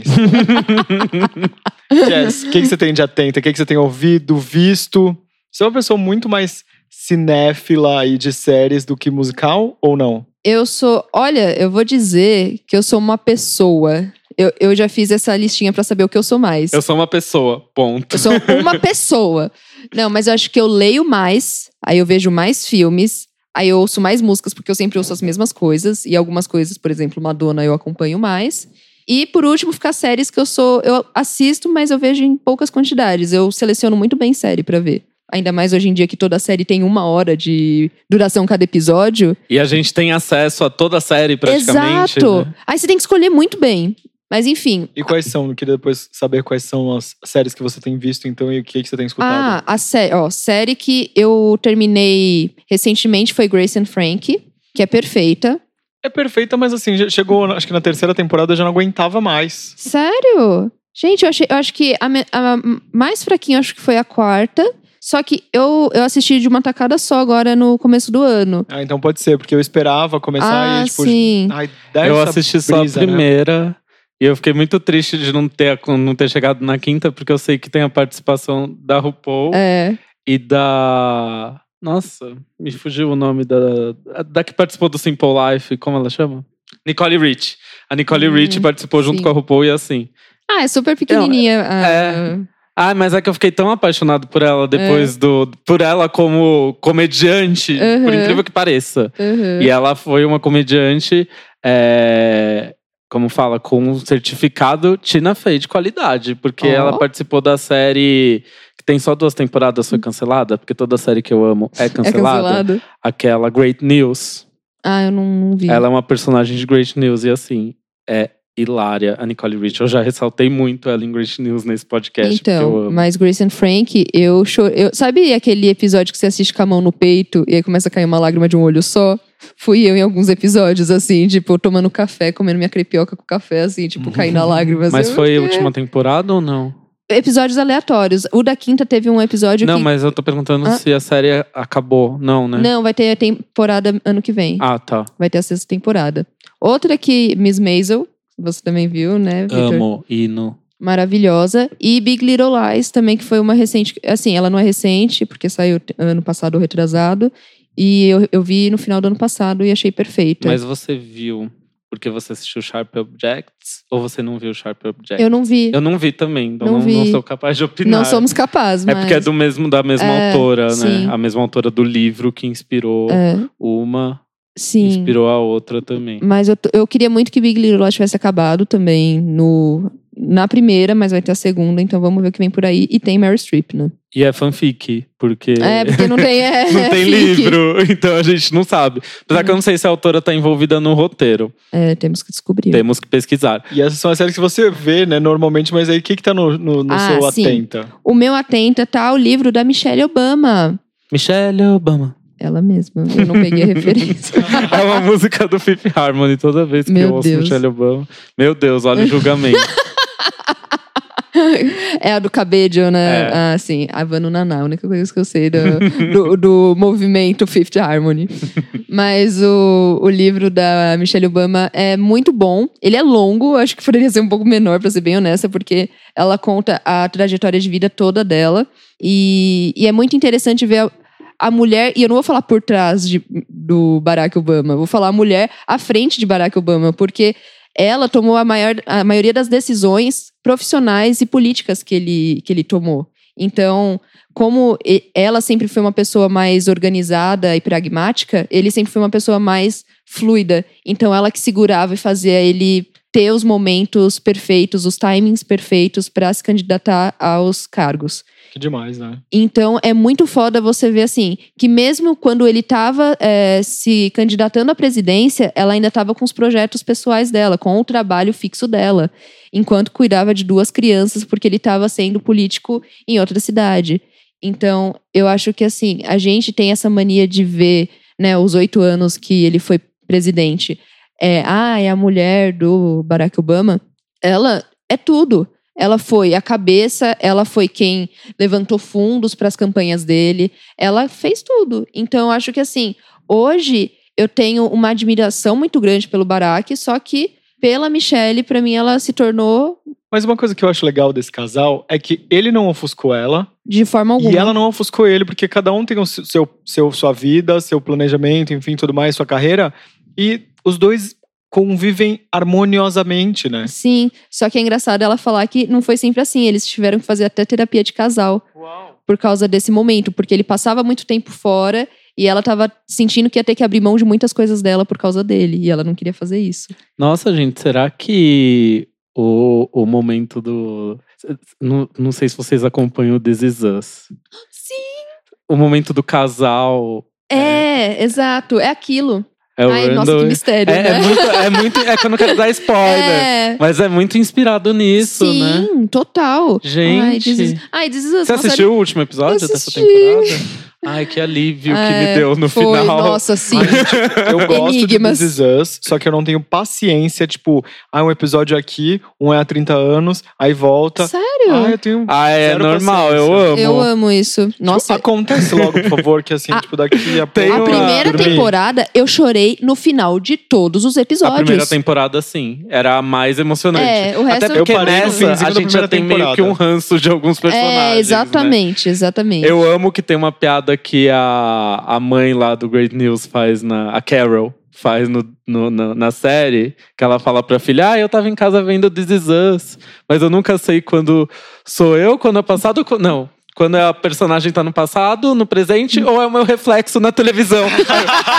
S1: Jess, o que, que você tem de Atenta? O que, que você tem ouvido, visto? Você é uma pessoa muito mais cinéfila e de séries do que musical ou não?
S3: Eu sou. Olha, eu vou dizer que eu sou uma pessoa. Eu, eu já fiz essa listinha pra saber o que eu sou mais.
S2: Eu sou uma pessoa, ponto.
S3: Eu sou uma pessoa. Não, mas eu acho que eu leio mais, aí eu vejo mais filmes, aí eu ouço mais músicas, porque eu sempre ouço as mesmas coisas. E algumas coisas, por exemplo, Madonna eu acompanho mais. E por último, ficar séries que eu sou. Eu assisto, mas eu vejo em poucas quantidades. Eu seleciono muito bem série pra ver. Ainda mais hoje em dia que toda série tem uma hora de duração cada episódio.
S2: E a gente tem acesso a toda a série praticamente.
S3: Exato.
S2: né?
S3: Aí você tem que escolher muito bem. Mas enfim,
S1: E quais são? Eu queria depois saber quais são as séries que você tem visto, então, e o que, que você tem escutado.
S3: Ah, a série, ó, série que eu terminei recentemente foi Grace and Frank, que é perfeita.
S1: É perfeita, mas assim, já chegou, acho que na terceira temporada eu já não aguentava mais.
S3: Sério? Gente, eu, achei, eu acho que a, me- a mais fraquinha eu acho que foi a quarta. Só que eu, eu assisti de uma tacada só agora no começo do ano.
S1: Ah, então pode ser, porque eu esperava começar
S3: ah,
S1: e, tipo,
S3: sim.
S1: ai, dá
S2: eu
S1: essa
S2: assisti só
S1: brisa,
S2: a
S1: né?
S2: primeira. E eu fiquei muito triste de não ter, acon- não ter chegado na quinta, porque eu sei que tem a participação da RuPaul
S3: É.
S2: e da. Nossa, me fugiu o nome da. Da que participou do Simple Life, como ela chama? Nicole Rich. A Nicole
S3: Hum,
S2: Rich participou junto
S3: sim.
S2: com a RuPaul e assim.
S3: Ah, é super pequenininha. ah,
S2: é. Ah, mas é que eu fiquei tão apaixonado por ela depois do. Por ela como comediante,
S3: Uhum.
S2: por incrível que pareça.
S3: uhum.
S2: E é ela foi uma comediante. é, como fala? Com um certificado Tina Fey de qualidade. Porque
S3: Ó.
S2: ela participou da série. Que tem só duas temporadas, foi cancelada. Porque toda série que eu amo é
S3: É
S2: cancelada.
S3: cancelado?
S2: Aquela Great News.
S3: Ah, eu não, não vi.
S2: Ela é uma personagem de Great News. E assim, é hilária a Nicole Rich. Eu já ressaltei muito ela em Great News nesse podcast. porque eu
S3: Então,
S2: amo.
S3: mas Grace and Frank, eu chorei. Eu, sabe aquele episódio que você assiste com a mão no peito e aí começa a cair uma lágrima de um olho só? Fui eu em alguns episódios, assim, tipo, tomando café, comendo minha crepioca com café, assim, tipo, caindo a lágrima.
S2: Mas
S3: assim,
S2: foi a
S3: porque-
S2: última temporada ou não?
S3: Episódios aleatórios. O da quinta teve um episódio
S2: Não,
S3: que.
S2: mas eu tô perguntando
S3: Ah.
S2: se a série acabou. Não, né?
S3: Não, vai ter a temporada ano que vem.
S2: Ah, tá.
S3: Vai ter a sexta temporada. Outra que Miss Maisel, você também viu, né, Victor?
S2: Amo, hino.
S3: maravilhosa. E Big Little Lies também, que foi uma recente. Assim, ela não é recente, porque saiu t- ano passado ou retrasado. E eu, eu vi no final do ano passado e achei perfeita.
S2: Mas você viu porque você assistiu Sharp Objects? Ou você não viu Sharp Objects?
S3: eu não vi.
S2: Eu não vi também, então não,
S3: Não
S2: não
S3: vi.
S2: sou capaz de opinar.
S3: não somos capazes,
S2: É
S3: mas.
S2: porque é do mesmo, da mesma
S3: É,
S2: autora,
S3: sim.
S2: né? A mesma autora do livro que inspirou
S3: É,
S2: uma,
S3: sim.
S2: inspirou a outra também.
S3: Mas eu, tô- eu queria muito que Big Little Lies tivesse acabado também no, na primeira, mas vai ter a segunda, então vamos ver o que vem por aí. E tem Mary Streep, né?
S2: E é fanfic, porque.
S3: É, porque não tem. É,
S2: não tem
S3: fique.
S2: livro, então a gente não sabe. Apesar
S3: Uhum.
S2: que eu não sei se a autora tá envolvida no roteiro.
S3: É, temos que descobrir.
S2: Temos que pesquisar.
S1: E essas são as séries que você vê, né, normalmente, mas aí o que que tá no, no, no
S3: Ah,
S1: seu
S3: sim.
S1: atenta?
S3: O meu atenta tá o livro da Michelle Obama.
S2: Michelle Obama.
S3: Ela mesma. Eu não peguei a referência.
S2: É uma música do Fifth Harmony toda vez que
S3: Meu
S2: eu ouço
S3: Deus.
S2: Michelle Obama. Meu Deus, olha o julgamento.
S3: é a do Cabedio, né?
S2: É.
S3: Ah, sim. A Vano Naná, a única coisa que eu sei do, do, do movimento Fifth Harmony. Mas o, o livro da Michelle Obama é muito bom. Ele é longo, acho que poderia ser um pouco menor, pra ser bem honesta, porque ela conta a trajetória de vida toda dela. E, e é muito interessante ver a, a mulher, e eu não vou falar por trás de- do Barack Obama, eu vou falar a mulher à frente de Barack Obama, porque ela tomou a, maior, a maioria das decisões profissionais e políticas que ele, que ele tomou. Então, como e- ela sempre foi uma pessoa mais organizada e pragmática, ele sempre foi uma pessoa mais fluida. Então, ela que segurava e fazia ele ter os momentos perfeitos, os timings perfeitos para se candidatar aos cargos.
S1: Que demais, né?
S3: Então é muito foda você ver assim que mesmo quando ele tava eh, se candidatando à presidência, ela ainda tava com os projetos pessoais dela, com o trabalho fixo dela, enquanto cuidava de duas crianças porque ele tava sendo político em outra cidade. Então eu acho que assim a gente tem essa mania de ver, né, os oito anos que ele foi presidente. É, ah, é a mulher do Barack Obama. Ela é tudo. Ela foi a cabeça, ela foi quem levantou fundos para as campanhas dele. Ela fez tudo. Então, eu acho que assim, hoje eu tenho uma admiração muito grande pelo Barack, só que pela Michelle, para mim, ela se tornou
S1: Mas uma coisa que eu acho legal desse casal é que ele não ofuscou ela
S3: De forma alguma.
S1: e ela não ofuscou ele, porque cada um tem o se- seu, seu, sua vida, seu planejamento, enfim, tudo mais, sua carreira. E os dois convivem harmoniosamente, né?
S3: Sim, só que é engraçado ela falar que não foi sempre assim. Eles tiveram que fazer até terapia de casal
S1: Uau.
S3: por causa desse momento, porque ele passava muito tempo fora e ela tava sentindo que ia ter que abrir mão de muitas coisas dela por causa dele. E ela não queria fazer isso.
S2: Nossa, gente, será que o, o momento do. Não, não sei se vocês acompanham o This Is Us.
S3: Sim!
S2: O momento do casal.
S3: É, exato. É aquilo.
S2: É o
S3: Ai, nossa,
S2: Randall-
S3: que mistério,
S2: é,
S3: né?
S2: é muito, é muito. É que eu não quero dar spoiler.
S3: É,
S2: Mas é muito inspirado nisso,
S3: sim,
S2: né?
S3: total. Ai,
S2: Gente.
S3: this is, ai, this is us,
S2: Você
S3: nossa,
S2: assistiu o último episódio dessa
S3: Assisti.
S2: temporada? Ai, que alívio que me
S3: É,
S2: deu no
S3: Foi,
S2: final.
S3: nossa, sim.
S1: Eu gosto
S3: Enigmas.
S1: de This Is Us, só que eu não tenho paciência, tipo, ah, um episódio aqui, um é há 30 anos, aí volta.
S3: Sério?
S1: Ah, eu tenho.
S2: Ah, é
S1: Zero
S2: normal, tá- eu
S1: paciência.
S2: amo.
S3: eu amo isso. Nossa,
S1: Tipo, acontece logo, por favor, que assim,
S3: A-
S1: tipo, daqui a
S2: Tem
S1: pouco
S3: a
S2: uma-
S1: eu
S3: primeira
S1: dormi.
S3: temporada eu chorei no final de todos os
S2: A primeira
S3: episódios.
S2: temporada, sim, era a mais emocionante.
S3: É, o resto
S2: Até porque
S1: Eu parei no
S2: nessa
S1: finzinho
S2: a
S1: da
S2: gente já
S1: primeira
S2: tem meio
S1: temporada.
S2: que um ranço de alguns personagens.
S3: É,
S2: né?
S3: exatamente, exatamente.
S2: Eu amo que tem uma piada que a, a mãe lá do Great News faz na. A Carol faz no, no- na, na série, que ela fala pra filha: Ah, eu tava em casa vendo This Is Us, mas eu nunca sei quando sou eu, quando é passado. co- Não. Quando a personagem tá no passado, no
S3: Hum.
S2: presente, ou é o meu reflexo na televisão.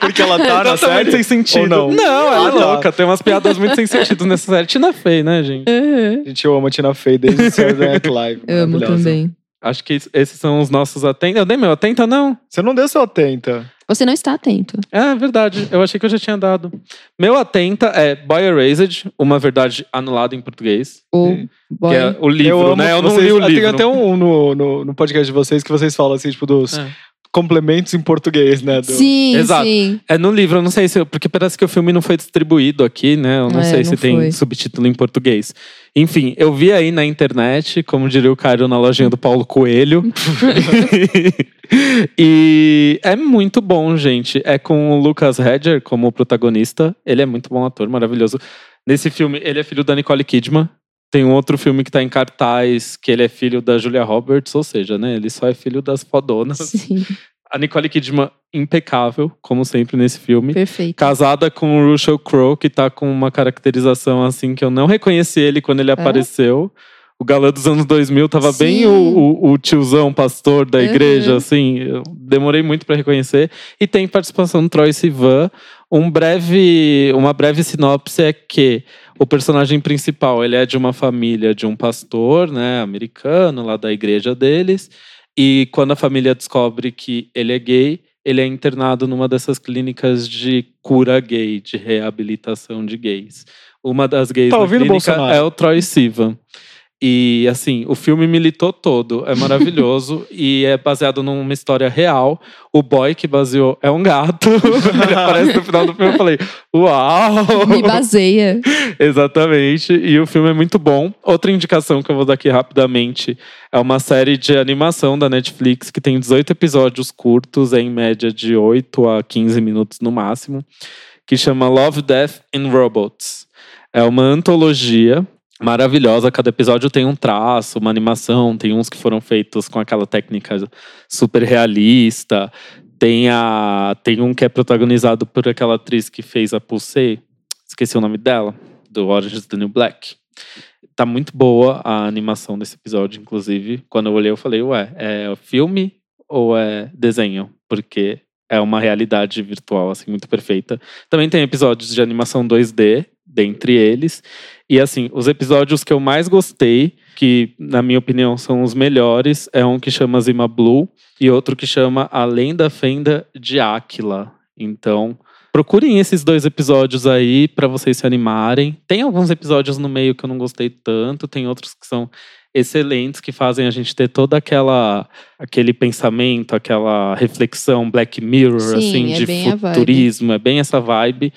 S1: Porque ela tá na
S2: Totalmente
S1: série.
S2: sem sentido.
S1: Ou não?
S2: ela é
S1: Ah, tá.
S2: louca. Tem umas piadas muito sem sentido nessa série. Tina Fey, né, gente?
S3: Uhum.
S1: Gente, eu amo a Tina Fey desde Saturday Night Live.
S3: Amo
S1: maravilhosa.
S3: também.
S2: Acho que es- esses são os nossos atentos. Eu dei meu atenta, não?
S1: Você não deu seu atenta.
S3: Você não está atento.
S2: É verdade, eu achei que eu já tinha dado. Meu atenta é Boy Erased, uma verdade anulada em português.
S3: Ou boy.
S2: Que é o livro,
S1: eu amo
S2: né? Eu não
S1: vocês,
S2: li o
S1: eu
S2: livro.
S1: Tem até um no, no, no podcast de vocês que vocês falam assim, tipo, dos
S2: É.
S1: complementos em português, né? do-
S3: Sim,
S2: Exato.
S3: sim.
S2: É no livro, eu não sei se. Porque parece que o filme não foi distribuído aqui, né? Eu não
S3: É,
S2: sei se
S3: não
S2: tem
S3: foi.
S2: subtítulo em português. Enfim, eu vi aí na internet, como diria o Cairo na lojinha do Paulo Coelho. e é muito bom, gente. É com o Lucas Hedger como protagonista. Ele é muito bom ator, maravilhoso. Nesse filme, ele é filho da Nicole Kidman. Tem um outro filme que tá em cartaz, que ele é filho da Julia Roberts, ou seja, né? Ele só é filho das fodonas.
S3: Sim,
S2: A Nicole Kidman, impecável, como sempre nesse filme.
S3: perfeito.
S2: Casada com o Russell Crowe, que tá com uma caracterização assim que eu não reconheci ele quando ele apareceu. O galã dos anos 2000 tava
S3: É? Sim.
S2: bem o, o- o tiozão pastor da
S3: Uhum.
S2: igreja, assim. Eu demorei muito para reconhecer. E tem participação do Troy Sivan. Um breve, uma breve sinopse é que o personagem principal ele é de uma família de um pastor, né, americano, lá da igreja deles. E quando a família descobre que ele é gay, ele é internado numa dessas clínicas de cura gay, de reabilitação de gays. Uma das gays
S1: Tá
S2: da
S1: ouvindo,
S2: clínica
S1: Bolsonaro?
S2: é o Troy Sivan. E assim, o filme militou todo, é maravilhoso e é baseado numa história real. O boy que baseou é um gato. ele aparece no final do filme, eu falei: "Uau!"
S3: Me baseia.
S2: Exatamente. E o filme é muito bom. Outra indicação que eu vou dar aqui rapidamente é uma série de animação da Netflix que tem 18 episódios curtos, em média de 8 a 15 minutos no máximo, que chama Love, Death and Robots. É uma antologia maravilhosa. Cada episódio tem um traço, uma animação, tem uns que foram feitos com aquela técnica super realista. Tem, a, tem um que é protagonizado por aquela atriz que fez a Pulse, esqueci o nome dela do Orange is the New Black. Tá muito boa a animação desse episódio, inclusive. Quando eu olhei, eu falei, ué, é filme ou é desenho? Porque é uma realidade virtual, assim, muito perfeita. Também tem episódios de animação 2D, dentre eles. E, assim, os episódios que eu mais gostei, que, na minha opinião, são os melhores, é um que chama Zima Blue e outro que chama Além da Fenda de Áquila. Então, Procurem esses dois episódios aí pra vocês se animarem. Tem alguns episódios no meio que eu não gostei tanto, tem outros que são excelentes que fazem a gente ter toda aquela aquele pensamento, aquela reflexão Black Mirror
S3: Sim,
S2: assim
S3: é
S2: de
S3: bem a vibe.
S2: futurismo, é bem essa vibe.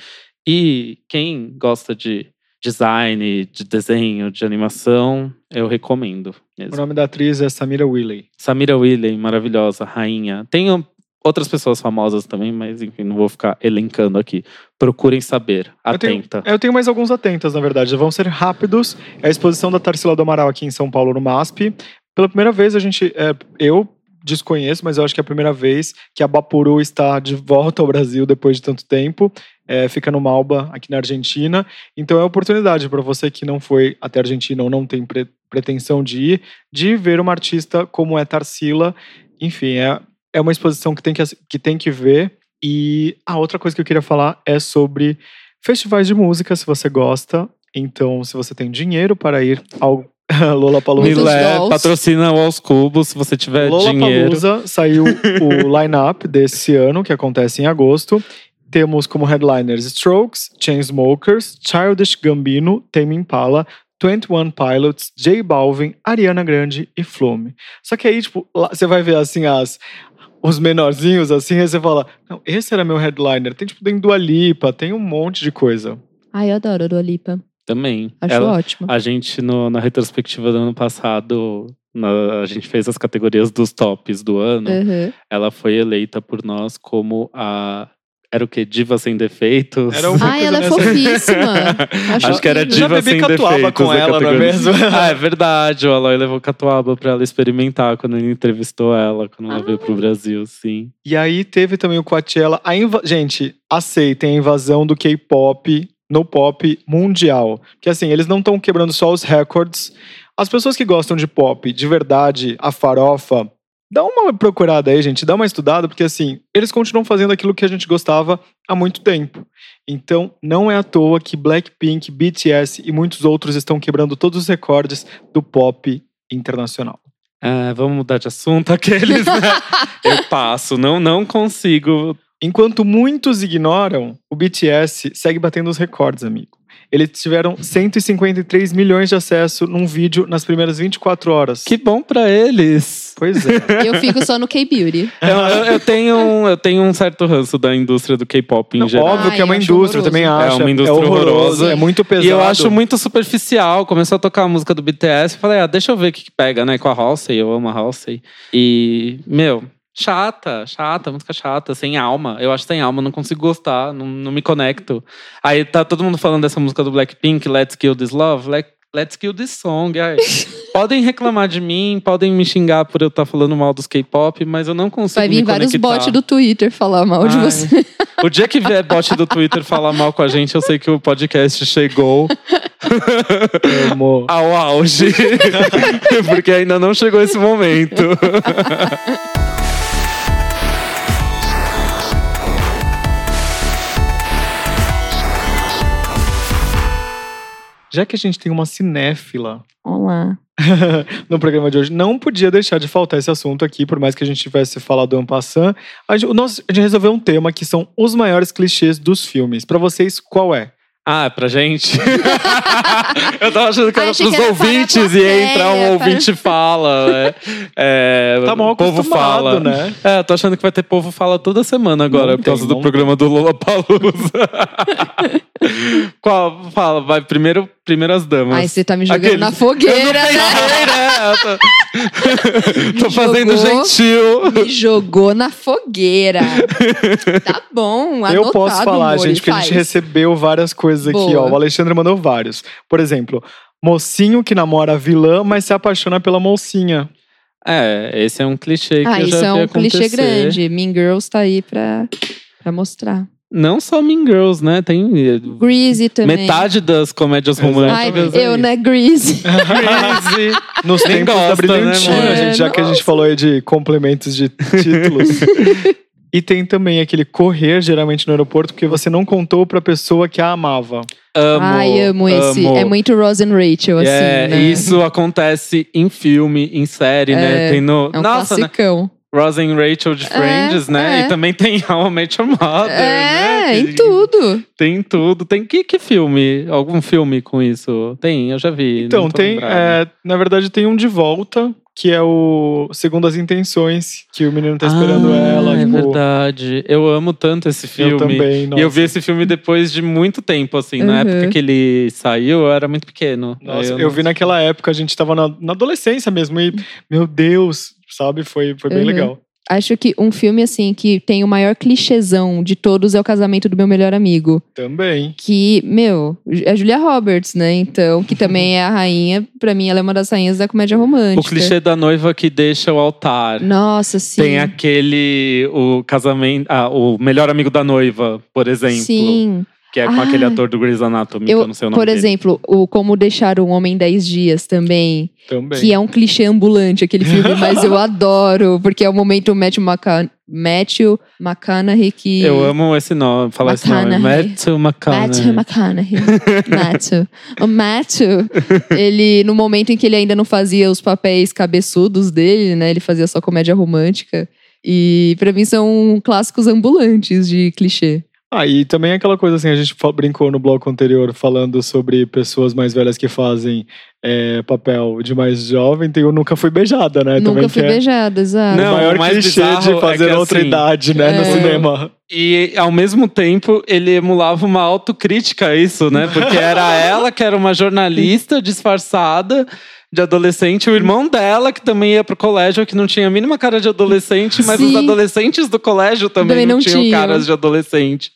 S2: E quem gosta de design, de desenho, de animação, eu recomendo.
S1: O
S2: Mesmo.
S1: nome da atriz é Samira Willey.
S2: Samira Willen, maravilhosa, rainha. Tem um- outras pessoas famosas também, mas enfim, não vou ficar elencando aqui. Procurem saber.
S1: Eu tenho-
S2: Atenta.
S1: Eu tenho mais alguns atentas, na verdade. Vão ser rápidos. É a exposição da Tarsila do Amaral aqui em São Paulo, no MASP. Pela primeira vez, a gente. é, eu desconheço, mas eu acho que é a primeira vez que a Bapuru está de volta ao Brasil depois de tanto tempo. É, fica no Malba, aqui na Argentina. Então é oportunidade para você que não foi até a Argentina ou não tem pre- pretensão de ir, de ver uma artista como é Tarsila. Enfim, é, é uma exposição que tem que, ass- que tem que ver. E a outra coisa que eu queria falar é sobre festivais de música, se você gosta. Então, se você tem dinheiro para ir ao
S3: Me
S1: Lollapalooza...
S3: Muitos
S2: Milé,
S3: dolls.
S2: patrocina o Aos Cubos, se você tiver dinheiro.
S1: Lollapalooza saiu o line-up desse ano, que acontece em agosto. Temos como headliners Strokes, Chainsmokers, Childish Gambino, Tame Impala, 21 Pilots, J Balvin, Ariana Grande e Flume. Só que aí, tipo, lá- você vai ver assim as os menorzinhos assim, aí você fala: "Não, esse era meu headliner". Tem tipo tem Dua Lipa, tem um monte de coisa.
S3: Ai, eu adoro a Dua Lipa.
S2: Também.
S3: Acho
S2: Ela- Ah,
S3: ótimo.
S2: a gente, no- na retrospectiva do ano passado, na- a gente fez as categorias dos tops do ano.
S3: Uhum.
S2: Ela foi eleita por nós como a. Era o quê? Diva sem defeitos?
S1: Era uma
S3: Ai,
S1: coisa
S3: ela é
S1: nessa-
S3: fofíssima. Acho
S2: Acho que era
S3: incrível.
S1: Já
S2: diva
S1: bebi
S2: sem
S1: catuaba
S2: defeitos.
S1: com
S2: da
S1: ela, não é
S2: categoria.
S1: mesmo?
S2: ah, é verdade. O Aloy levou catuaba pra ela experimentar quando ele entrevistou ela, quando ela
S3: Ah.
S2: veio pro Brasil, sim.
S1: E aí teve também o Coachella. A inva- Gente, aceitem a invasão do K-pop no pop mundial. Porque assim, eles não estão quebrando só os recordes. As pessoas que gostam de pop, de verdade, a farofa, dá uma procurada aí, gente, dá uma estudada, porque assim, eles continuam fazendo aquilo que a gente gostava há muito tempo. Então, não é à toa que Blackpink, BTS e muitos outros estão quebrando todos os recordes do pop internacional.
S2: Ah, vamos mudar de assunto, aqueles. né? Eu passo, não, não consigo.
S1: Enquanto muitos ignoram, o BTS segue batendo os recordes, amigo. Eles tiveram 153 milhões de acesso num vídeo nas primeiras 24 horas.
S2: Que bom pra eles.
S1: Pois é.
S3: Eu fico só no K-Beauty.
S2: Eu, eu- eu tenho, um- eu tenho um certo ranço da indústria do K-pop em
S1: Não,
S2: geral.
S1: óbvio que é uma
S3: Ai, acho
S1: indústria, eu
S3: horroroso.
S1: também
S3: É
S1: acho.
S2: uma indústria
S1: horroroso,
S2: horrorosa.
S1: É muito pesado.
S2: E eu acho muito superficial. Começou a tocar a música do BTS. eu Falei, ah, deixa eu ver o que, que pega, né? Com a Halsey, eu amo a Halsey. E, meu, chata, chata, música chata, sem alma. Eu acho sem alma, não consigo gostar, não, não me conecto. Aí tá todo mundo falando dessa música do Blackpink, Let's Kill This Love. Let, Let's Kill This Song. Ai, podem reclamar de mim, podem me xingar por eu estar falando mal dos K-pop, mas eu não consigo
S3: Vai
S2: me
S3: vir vários
S2: conectar.
S3: bots do Twitter falar mal de
S2: é tá. Ai.
S3: você.
S2: O dia que vier bot do Twitter falar mal com a gente, eu sei que o podcast chegou
S1: Amor.
S2: ao auge. Porque ainda não chegou esse momento.
S1: Já que a gente tem uma cinéfila
S3: Olá.
S1: no programa de hoje, não podia deixar de faltar esse assunto aqui, por mais que a gente tivesse falado en passant. A gente, o nosso- a gente resolveu um tema que são os maiores clichês dos filmes. Pra vocês, qual é?
S2: Ah, é pra gente? eu tava achando que era
S3: Achei
S2: pros
S3: que era para a
S2: ouvintes e ia entrar um
S3: plateia, para-
S2: ouvinte e fala. né? É,
S1: Tá mal
S2: o povo
S1: acostumado,
S2: fala.
S1: né?
S2: É, tô achando que vai ter povo fala toda semana agora
S1: Não
S2: por causa
S1: tem,
S2: do
S1: não
S2: programa do Lola Palusa. Qual? Fala, vai primeiro, primeiro as damas.
S3: Ai, você tá me jogando
S2: Aqueles-
S3: na fogueira,
S2: Ai,
S3: né?
S2: né? Eu tô... tô
S3: Me
S2: fazendo
S3: jogou.
S2: gentil.
S3: Me jogou na fogueira. Tá bom, anotado,
S1: Eu posso falar,
S3: Mori,
S1: gente, porque a gente
S3: faz.
S1: recebeu várias coisas aqui,
S3: Boa.
S1: ó. O Alexandre mandou vários. Por exemplo, mocinho que namora a vilã, mas se apaixona pela mocinha.
S2: É, esse é um clichê que
S3: Ah,
S2: eu já
S3: isso é
S2: vi
S3: um
S2: acontecer.
S3: clichê grande. Mean Girls tá aí pra, pra mostrar.
S2: Não só Mean Girls, né? Tem eh,
S3: Greasy também.
S2: metade é das comédias
S1: Exato.
S3: Ai,
S2: românticas.
S3: eu, né, Greasy.
S2: Crazy.
S1: Nos
S2: Nem
S1: tempos da
S2: gosta, né,
S1: brilhantina,
S3: mano?
S1: gente, já
S3: É,
S1: que a gente falou aí de complementos de títulos. e tem também aquele correr, geralmente no aeroporto, porque você não contou pra pessoa que a amava.
S2: Amo,
S3: Ai, amo esse. É muito Rose and Rachel,
S2: É,
S3: assim, né?
S2: Isso acontece em filme, em série, né?
S3: É,
S2: Tem no.
S3: É um
S2: Nossa, né?
S3: classicão.
S2: Ross and Rachel de Friends, né?
S3: é.
S2: E também tem How I Met Your Mother.
S3: É,
S2: né?
S3: em
S2: Que-
S3: tudo.
S2: Tem em tudo. Tem que, que filme? Algum filme com isso? Tem, eu já vi.
S1: Então,
S2: não tô
S1: tem.
S2: lembrado.
S1: é, na verdade, tem um de volta, que é o Segundo as Intenções, que o menino tá esperando
S2: Ah,
S1: ela.
S2: É
S1: tipo,
S2: verdade. Eu amo tanto esse filme.
S1: Eu também. Nossa.
S2: E eu vi esse filme depois de muito tempo, assim. Na
S3: Uhum.
S2: época que ele saiu, eu era muito pequeno.
S1: Nossa,
S2: Aí
S1: eu,
S2: não-
S1: vi naquela época, a gente tava na, na adolescência mesmo, e, meu Deus, sabe? Foi, foi bem
S3: Uhum.
S1: legal.
S3: Acho que um filme, assim, que tem o maior clichêzão de todos é o casamento do meu melhor amigo.
S1: Também.
S3: Que, meu, é Julia Roberts, né? Então, que também é a rainha. Pra mim, ela é uma das rainhas da comédia romântica.
S2: O clichê da noiva que deixa o altar.
S3: Nossa, sim.
S2: Tem aquele. O casamento. ah, o melhor amigo da noiva, por exemplo.
S3: Sim.
S2: Que é com
S3: Ah.
S2: aquele ator do Grey's Anatomy, que eu não sei o nome
S3: por
S2: dele.
S3: exemplo, o Como Deixar um Homem 10 Dias também,
S1: Também.
S3: que é um clichê ambulante aquele filme, mas eu adoro, porque é o momento Matthew, McCona Matthew McConaughey que...
S2: Eu amo esse nome, falar esse nome.
S3: McConaughey.
S2: Matthew
S3: Matthew
S2: McConaughey.
S3: McConaughey. Matthew. O Matthew, ele, no momento em que ele ainda não fazia os papéis cabeçudos dele, né? Ele fazia só comédia romântica. E pra mim são clássicos ambulantes de clichê.
S1: Ah, e também aquela coisa assim, a gente fa- brincou no bloco anterior falando sobre pessoas mais velhas que fazem é, papel de mais jovem, tem o Nunca Fui Beijada, né? também
S3: Nunca
S1: que
S3: fui
S1: é
S3: beijada, exato.
S1: o
S2: Não,
S1: maior
S2: o mais
S1: clichê
S2: bizarro
S1: de
S2: é
S1: fazer
S2: que,
S1: outra
S2: assim,
S1: idade, né? No
S3: é.
S1: cinema.
S2: E ao mesmo tempo, ele emulava uma autocrítica a isso, né? Porque era ela que era uma jornalista disfarçada de adolescente, o irmão dela que também ia pro colégio, que não tinha a mínima cara de adolescente, mas os
S3: Sim.
S2: adolescentes do colégio também,
S3: Também
S2: não,
S3: não
S2: tinham,
S3: tinham.
S2: caras de adolescente.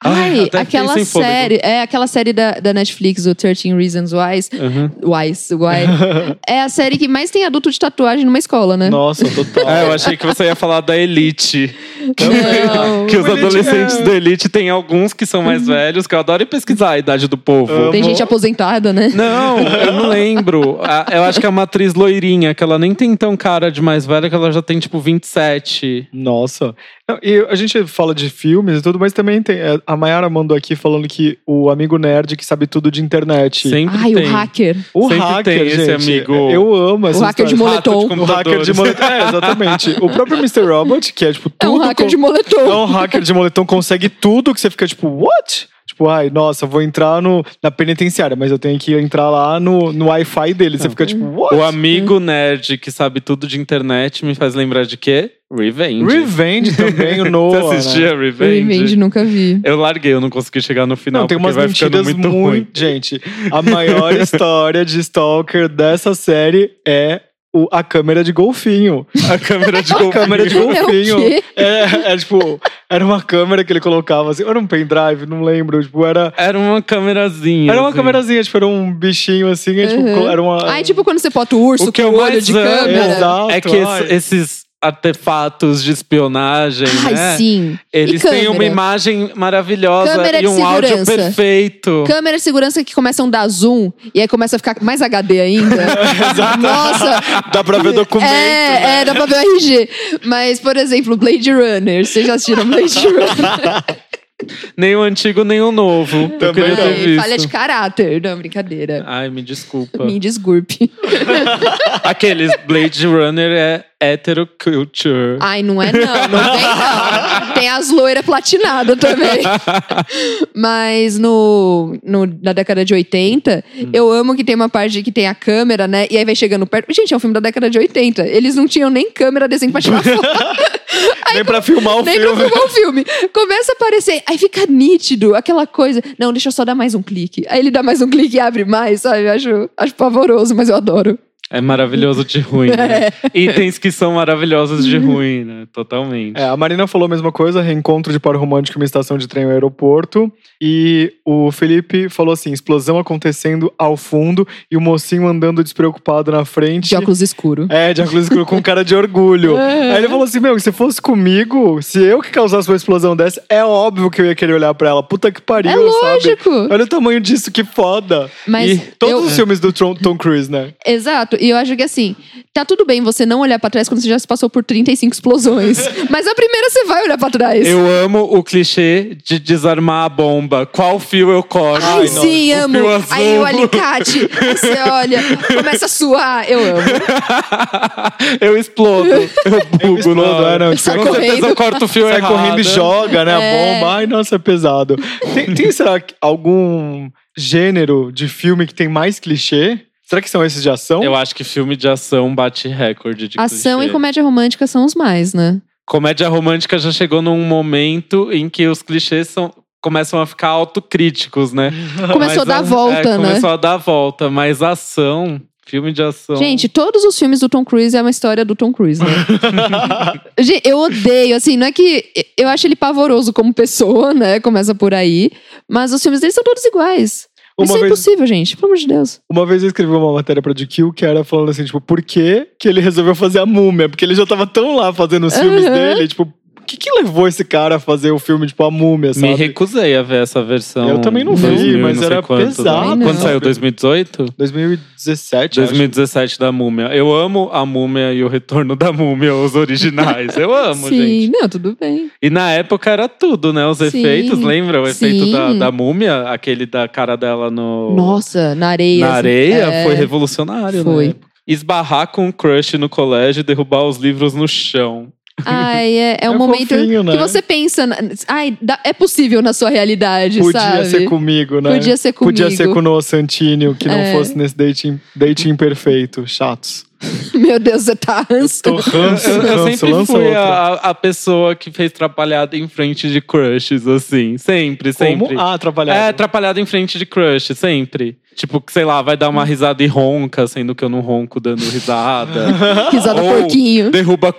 S2: Ai,
S3: Ai,
S2: até fiquei
S3: aquela
S2: sem fôlego.
S3: série, é aquela série da, da Netflix, o 13 Reasons Why,
S2: Uhum.
S3: Why's, Why, é a série que mais tem adulto de tatuagem numa escola, né?
S1: Nossa, total.
S2: Ah, eu achei que você ia falar da elite.
S3: Não.
S2: Que os
S1: Elite,
S2: adolescentes
S1: é.
S2: da elite tem alguns que são mais velhos, que eu adoro ir pesquisar a idade do povo.
S1: Amo.
S3: Tem gente aposentada, né?
S2: Não, eu não lembro. A- Eu acho que é uma atriz loirinha, que ela nem tem tão cara de mais velha, que ela já tem tipo 27.
S1: Nossa. Não, e a gente fala de filmes e tudo, mas também tem. é, A Mayara mandou aqui falando que o amigo nerd que sabe tudo de internet.
S2: Sempre
S3: Ai,
S2: tem.
S3: o hacker.
S1: O
S2: Sempre
S1: hacker,
S2: tem esse
S1: gente, é,
S2: amigo.
S1: Eu amo essa
S3: O hacker de
S1: história.
S3: moletom.
S2: Rato de
S1: O hacker de
S2: computadores.
S1: moletom. É, exatamente. O próprio Mr. Robot, que é tipo
S3: É
S1: tudo.
S3: um hacker
S1: com-
S3: de moletom.
S1: É um hacker de moletom, consegue tudo que você fica tipo, what? Tipo, ai, nossa, vou entrar no, na penitenciária, mas eu tenho que entrar lá no, no Wi-Fi dele. Você fica tipo,
S3: Hum.
S1: what?
S2: O amigo nerd que sabe tudo de internet me faz lembrar de quê? Revenge.
S1: Revenge também, o
S2: Você
S1: Noah. né?
S2: assistia Revenge?
S3: Revenge, nunca vi.
S2: Eu larguei, eu não consegui chegar no final,
S1: Não, tem
S2: porque
S1: umas
S2: vai ficando
S1: mentiras
S2: muito,
S1: muito,
S2: ruim.
S1: Gente, a maior história de Stalker dessa série é o, a câmera de golfinho.
S2: A câmera de
S1: A câmera de
S3: É o
S1: golfinho.
S3: quê?
S1: É, é, tipo, era uma câmera que ele colocava assim, era um pendrive, não lembro. Tipo, era.
S2: Era uma câmerazinha.
S1: Era uma
S2: assim.
S1: câmerazinha, tipo, era um bichinho assim, é, tipo,
S3: Uhum.
S1: era uma.
S3: Ai, tipo quando você bota o urso
S2: O que
S3: com
S2: eu
S3: o olho
S2: mais
S3: de
S2: amo-
S3: câmera.
S1: Exato,
S2: É que es-
S1: ai.
S2: esses artefatos de espionagem,
S3: Ai,
S2: né?
S3: sim.
S2: Eles
S3: E
S2: têm
S3: câmera?
S2: uma imagem maravilhosa
S3: Câmera
S2: e
S3: de
S2: um áudio
S3: segurança.
S2: perfeito.
S3: Câmera de segurança que começam a dar zoom e aí começa a ficar mais HD ainda. Nossa,
S1: Dá pra ver documento.
S3: é, é, dá pra ver o RG. Mas, por exemplo, Blade Runner. Vocês já assistiram Blade Runner?
S2: Nem o antigo, nem o novo. Eu
S1: Também
S2: queria
S1: não.
S2: ter
S3: Ai,
S2: visto. Ah,
S3: falha de caráter. Não, brincadeira.
S2: Ai, me desculpa.
S3: Me desculpe.
S2: Aqueles Blade Runner é heteroculture.
S3: Ai, não é não, não tem não. Tem as loiras platinadas também. Mas no, no- na década de 80,
S1: Hum.
S3: eu amo que tem uma parte que tem a câmera, né? E aí vai chegando perto. Gente, é um filme da década de 80. Eles não tinham nem câmera decente pra tirar foto.
S1: Nem pra filmar o
S3: tipo, Nem pra
S1: É um filme.
S3: filmar o filme. Começa a aparecer, aí fica nítido aquela coisa. Não, deixa eu só dar mais um clique. Aí ele dá mais um clique e abre mais, sabe? Eu acho, acho pavoroso, mas eu adoro.
S2: É maravilhoso de ruim, né? Itens que são maravilhosos de ruim, né? Totalmente.
S1: É, a Marina falou a mesma coisa, reencontro de par romântico em uma estação de trem ao aeroporto. E o Felipe falou assim: explosão acontecendo ao fundo e o mocinho andando despreocupado na frente.
S3: De óculos escuro.
S1: É, de óculos escuro com cara de orgulho.
S3: É.
S1: Aí ele falou assim: Meu, se fosse comigo, se eu que causasse uma explosão dessa, é óbvio que eu ia querer olhar pra ela. Puta que pariu,
S3: É
S1: sabe?
S3: lógico.
S1: Olha o tamanho disso, que foda.
S3: Mas
S2: E
S1: Todos
S3: eu-
S1: os filmes do Tom, Tom Cruise, né?
S3: Exato, e eu acho que assim, tá tudo bem você não olhar pra trás quando você já se passou por 35 explosões. Mas a primeira você vai olhar pra trás.
S2: Eu amo o clichê de desarmar a bomba. Qual fio eu corto?
S3: Ai, sim,
S2: O
S3: amo.
S2: fio azul.
S3: Aí o alicate, aí você olha, começa a suar. Eu amo.
S2: eu explodo. Eu bugo,
S1: explodo,
S2: na hora.
S1: é, não, tipo,
S3: Sai
S2: Com
S3: correndo.
S2: certeza eu corto o fio
S1: Sai
S2: errado.
S1: correndo e joga, né?
S3: É.
S1: A bomba. Ai, nossa, é pesado. Tem, tem, será, que algum gênero de filme que tem mais clichê? Será que são esses de ação?
S2: Eu acho que filme de ação bate recorde de
S3: Ação
S2: clichê.
S3: e comédia romântica são os mais, né?
S2: Comédia romântica já chegou num momento em que os clichês são- começam a ficar autocríticos, né?
S3: Uhum. Começou a dar a volta,
S2: é,
S3: né?
S2: Começou a dar a volta, mas ação. Filme de ação.
S3: Gente, todos os filmes do Tom Cruise é uma história do Tom Cruise, né? Gente, eu odeio, assim, não é que. Eu acho ele pavoroso como pessoa, né? Começa por aí. Mas os filmes dele são todos iguais. Isso
S1: Uma
S3: é
S1: vez,
S3: impossível, gente. Pelo amor de Deus.
S1: uma vez eu escrevi uma matéria pra GQ que era falando assim, tipo, por que que ele resolveu fazer a múmia? Porque ele já tava tão lá fazendo os filmes
S3: Aham.
S1: dele, tipo, o que que levou esse cara a fazer o filme, tipo, a múmia, sabe?
S2: Me recusei a ver essa versão.
S1: Eu também não vi,
S2: 2000 e
S1: mas
S2: não sei
S1: era
S2: quanto, né?
S1: pesado,
S3: Também
S2: Quando
S3: não.
S2: saiu? 2018?
S1: 2017, acho.
S2: 2017 da Múmia. Eu amo a Múmia e o retorno da Múmia, os originais. Eu amo,
S3: Sim,
S2: gente.
S3: não, tudo bem.
S2: E na época era tudo, né? Os
S3: Sim.
S2: efeitos, lembra? O efeito
S3: Sim.
S2: da, da Múmia, aquele da cara dela no...
S3: Nossa, na areia.
S2: na areia,
S3: é,
S2: foi revolucionário,
S3: foi.
S2: né? Esbarrar com um crush no colégio e derrubar os livros no chão.
S3: Ai, é, é um
S1: É
S3: momento
S1: fofinho, né?
S3: que você pensa. na- Ai, dá- é possível na sua realidade,
S1: Podia
S3: sabe?
S1: ser comigo, né?
S3: Podia ser comigo.
S1: Podia ser com o Noah Santini, que não
S3: É.
S1: fosse nesse dating, dating perfeito. Chatos.
S3: Meu Deus, você tá
S1: Tô
S3: ansioso.
S1: ranço,
S2: Eu, eu
S1: ranço,
S2: sempre
S1: lança
S2: fui
S1: outra.
S2: a, a pessoa que fez atrapalhada em frente de crushes, assim. Sempre, sempre.
S1: Como? Ah, atrapalhado.
S2: É, atrapalhado em frente de crush, sempre. Tipo, que sei lá, vai dar uma risada e ronca, sendo que eu não ronco dando
S3: Uhum.
S2: risada.
S3: Risada um
S2: Ou-
S3: porquinho.
S2: Derruba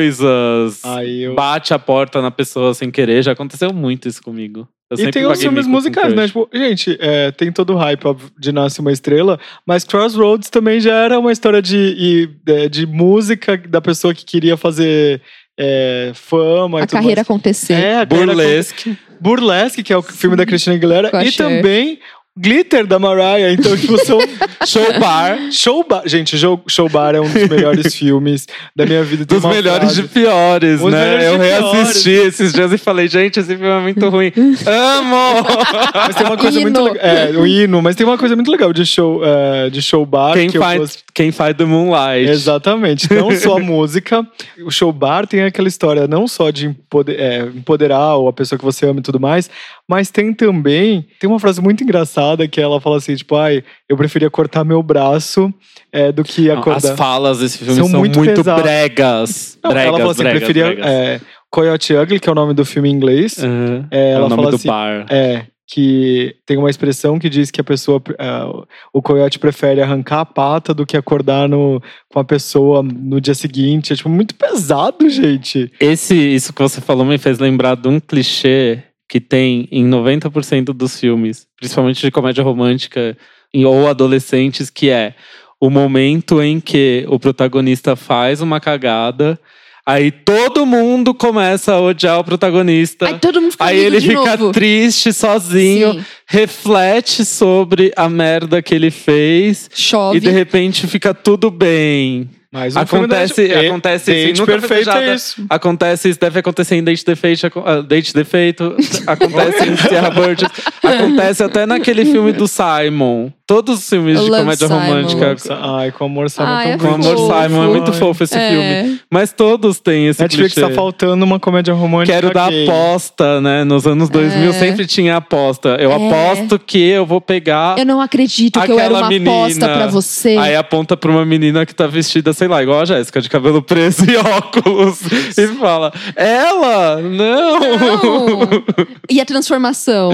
S2: coisas.
S1: Aí eu...
S2: Bate a porta na pessoa sem querer. Já aconteceu muito isso comigo. Eu
S1: E
S2: sempre
S1: tem os
S2: paguei
S1: filmes
S2: mico com
S1: musicais,
S2: crush.
S1: né? Tipo, gente, é, tem todo o hype óbvio, de Nasce Uma Estrela, mas Crossroads também já era uma história de, e, é, de música da pessoa que queria fazer é, fama
S3: A
S1: e tudo
S3: carreira
S1: mais.
S3: acontecer.
S1: É, a carreira
S2: Burlesque.
S1: com- Burlesque, que é o filme da Christina Aguilera.
S3: Com a
S1: E
S3: Cher.
S1: também Glitter, da Mariah. Então, tipo, são
S2: Show bar.
S1: Show Bar. Gente, Show, Show Bar é um dos melhores filmes da minha vida. Tem
S2: Dos
S1: uma
S2: melhores
S1: frase-
S2: de piores,
S1: Os melhores
S2: né? Eu
S1: de
S2: reassisti esses dias e falei, gente, esse filme é muito ruim. Amo!
S1: Mas tem uma coisa muito
S3: Hino.
S1: legal. É, o hino, mas tem uma coisa muito legal de show, é, de show bar.
S2: Quem
S1: que eu
S2: faz,
S1: gosto-
S2: quem faz do Moonlight.
S1: Exatamente. Não só a música. O show bar tem aquela história não só de empoder- é, empoderar ou a pessoa que você ama e tudo mais, mas tem também. Tem uma frase muito engraçada que ela fala assim: tipo, ai, eu preferia cortar meu braço é, do que
S2: Não, As
S1: acordar.
S2: falas desse filme são,
S1: São
S2: muito,
S1: muito pesadas.
S2: bregas.
S1: Não,
S2: bregas,
S1: ela fala assim:
S2: bregas,
S1: preferia.
S2: bregas.
S1: é, Coyote Ugly, que é o nome do filme em inglês.
S2: Uhum.
S1: É,
S2: É
S1: ela
S2: o nome
S1: fala
S2: do
S1: assim,
S2: bar.
S1: É, que tem uma expressão que diz que a pessoa. ah, o coiote prefere arrancar a pata do que acordar no, com a pessoa no dia seguinte. É tipo muito pesado, gente.
S2: Esse, isso que você falou me fez lembrar de um clichê que tem em 90% dos filmes, principalmente de comédia romântica e- ou adolescentes, que é o momento em que o protagonista faz uma cagada, aí todo mundo começa a odiar o protagonista.
S3: Aí todo mundo fica
S2: Aí
S3: amigo
S2: ele
S3: de
S2: fica
S3: novo.
S2: triste, sozinho,
S3: Sim,
S2: reflete sobre a merda que ele fez
S3: chove.
S2: e de repte fica tudo bem.
S1: Mas o filme da-
S2: Acontece,
S1: é,
S2: acontece
S1: Date
S2: assim, nunca foi
S1: perfeito
S2: beijada.
S1: é isso.
S2: Acontece, isso deve acontecer em Date Defeito, aco- ah, Date Defeito, acontece em Sierra Burgess, acontece até naquele filme do Simon. Todos os filmes
S3: I
S2: de
S3: love
S2: comédia
S3: Simon.
S2: romântica
S1: Nossa, Ai, com amor Simon
S3: Ai,
S1: tão
S3: é
S2: com
S1: bom.
S2: o Amor
S3: fofo.
S2: Simon, é muito
S1: Ai.
S2: fofo esse
S3: É.
S2: filme. Mas todos têm esse
S1: Netflix
S2: clichê.
S1: tá faltando uma comédia romântica.
S2: Quero dar
S1: gay.
S2: aposta, né? Nos anos 2000
S3: É.
S2: sempre tinha aposta. Eu
S3: É.
S2: aposto que eu vou pegar
S3: Eu não acredito que eu era
S2: Aquela
S3: uma
S2: menina.
S3: aposta pra você.
S2: Aí aponta pra uma menina que tá vestida, sei lá, igual a Jéssica, de cabelo preso e óculos. e fala: Ela? Não!
S3: Não. E a transformação?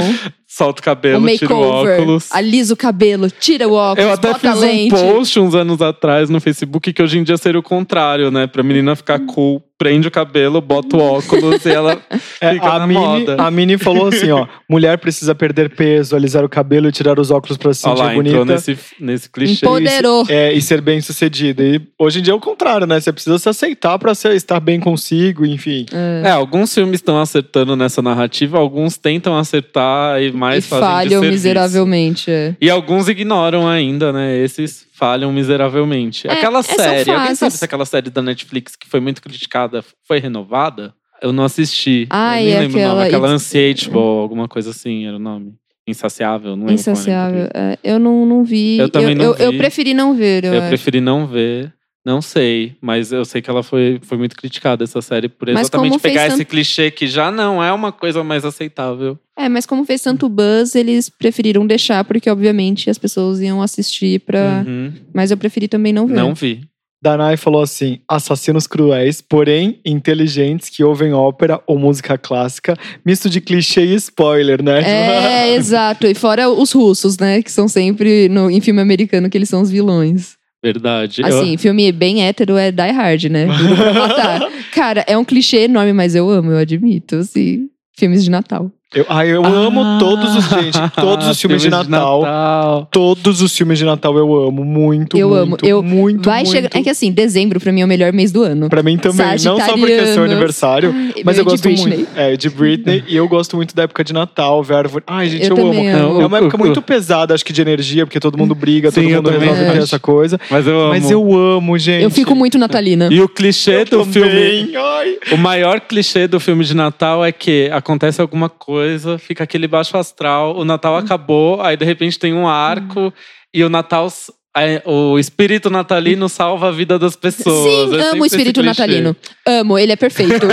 S2: Solta o
S3: o
S2: cabelo, tira o
S3: makeover.
S2: óculos.
S3: Alisa o cabelo, tira o óculos,
S2: Eu até
S3: bota
S2: fiz
S3: a
S2: um
S3: lente.
S2: post uns anos atrás no Facebook que hoje em dia seria o contrário, né? Pra menina ficar
S3: Hum.
S2: cool, prende o cabelo, bota o óculos e ela
S1: É,
S2: fica na
S1: a, Mini,
S3: tá
S2: moda.
S1: a Mini falou assim: ó, mulher precisa perder peso, alisar o cabelo e tirar os óculos pra se sentir
S2: Olha lá, entrou
S1: bonita.
S2: nesse, nesse clichê.
S3: Empoder- Empoderou.
S1: É, e ser bem sucedida. E hoje em dia é o contrário, né? Você precisa se aceitar pra ser- estar bem consigo, enfim.
S2: É, alguns filmes estão acertando nessa narrativa, alguns tentam acertar e mais
S3: e
S2: fazem de
S3: falham
S2: serviço.
S3: miseravelmente. é.
S2: E alguns ignoram ainda, né? Esses falham miseravelmente.
S3: É,
S2: aquela
S3: é, são
S2: série, alguém
S3: fases.
S2: sabe se aquela série da Netflix que foi muito criticada foi renovada? Eu não assisti.
S3: Ah,
S2: eu nem
S3: é
S2: lembro o nome.
S3: aquela-
S2: Aquela Unsatiable, alguma coisa assim era o nome. Insaciável, não lembro como era em
S3: Insaciável.
S2: português.
S3: é. eu não, não vi.
S2: Um Eu também não
S3: eu,
S2: vi.
S3: eu preferi não ver, eu, é.
S2: Eu
S3: acho.
S2: preferi não ver. Não sei, mas eu sei que ela foi, foi muito criticada, essa série, por
S3: Mas
S2: exatamente
S3: como fez
S2: pegar
S3: tanto-
S2: esse clichê que já não é uma coisa mais aceitável.
S3: É, mas como fez tanto buzz, eles preferiram deixar, porque obviamente as pessoas iam assistir pra.
S2: Uhum.
S3: Mas eu preferi também não É. ver.
S2: Não vi.
S1: Danai falou assim: assassinos cruéis, porém inteligentes que ouvem ópera ou música clássica, misto de clichê e spoiler, né?
S3: É, exato. E fora os russos, né? Que são sempre no, em filme americano que eles são os vilões.
S2: Verdade.
S3: Assim, filme bem hétero é Die Hard, né? Duro pra matar. Cara, é um clichê enorme, mas eu amo, eu admito, assim. Filmes de Natal.
S1: Eu, ai, eu
S2: Eu
S3: Ah.
S1: amo todos os, gente, todos os filmes de Natal. Todos os filmes de Natal eu amo muito,
S3: Eu amo,
S1: muito,
S3: eu-
S1: muito,
S3: Vai
S1: muito.
S3: chegar. É que assim, dezembro pra mim é o melhor mês do ano.
S1: Pra mim também, não só porque é seu
S3: Sagitarianos.
S1: aniversário,
S3: Ai,
S1: mas eu
S3: de
S1: gosto
S3: Britney.
S1: muito é, de Britney e eu gosto muito da época de Natal, ver árvore. Ai, gente, eu,
S3: Eu
S1: amo.
S3: também amo.
S1: É uma época muito pesada, acho que de energia, porque todo mundo briga,
S2: Sim,
S1: todo
S2: eu
S1: mundo
S2: também
S1: resolve ter
S2: acho.
S1: essa coisa.
S2: Mas eu amo.
S1: Mas eu amo, gente.
S3: Eu fico muito natalina.
S2: E o clichê
S1: Eu
S2: do filme.
S1: também, ai.
S2: O maior clichê do filme de Natal é que acontece alguma coisa, fica aquele baixo astral, o
S3: Hum.
S2: Natal acabou, aí de repente tem um arco e o Natal. é, O espírito natalino salva a vida das pessoas. É
S3: Hum. Sim,
S2: sempre
S3: amo o
S2: esse
S3: espírito
S2: clichê.
S3: natalino. Amo, ele é perfeito.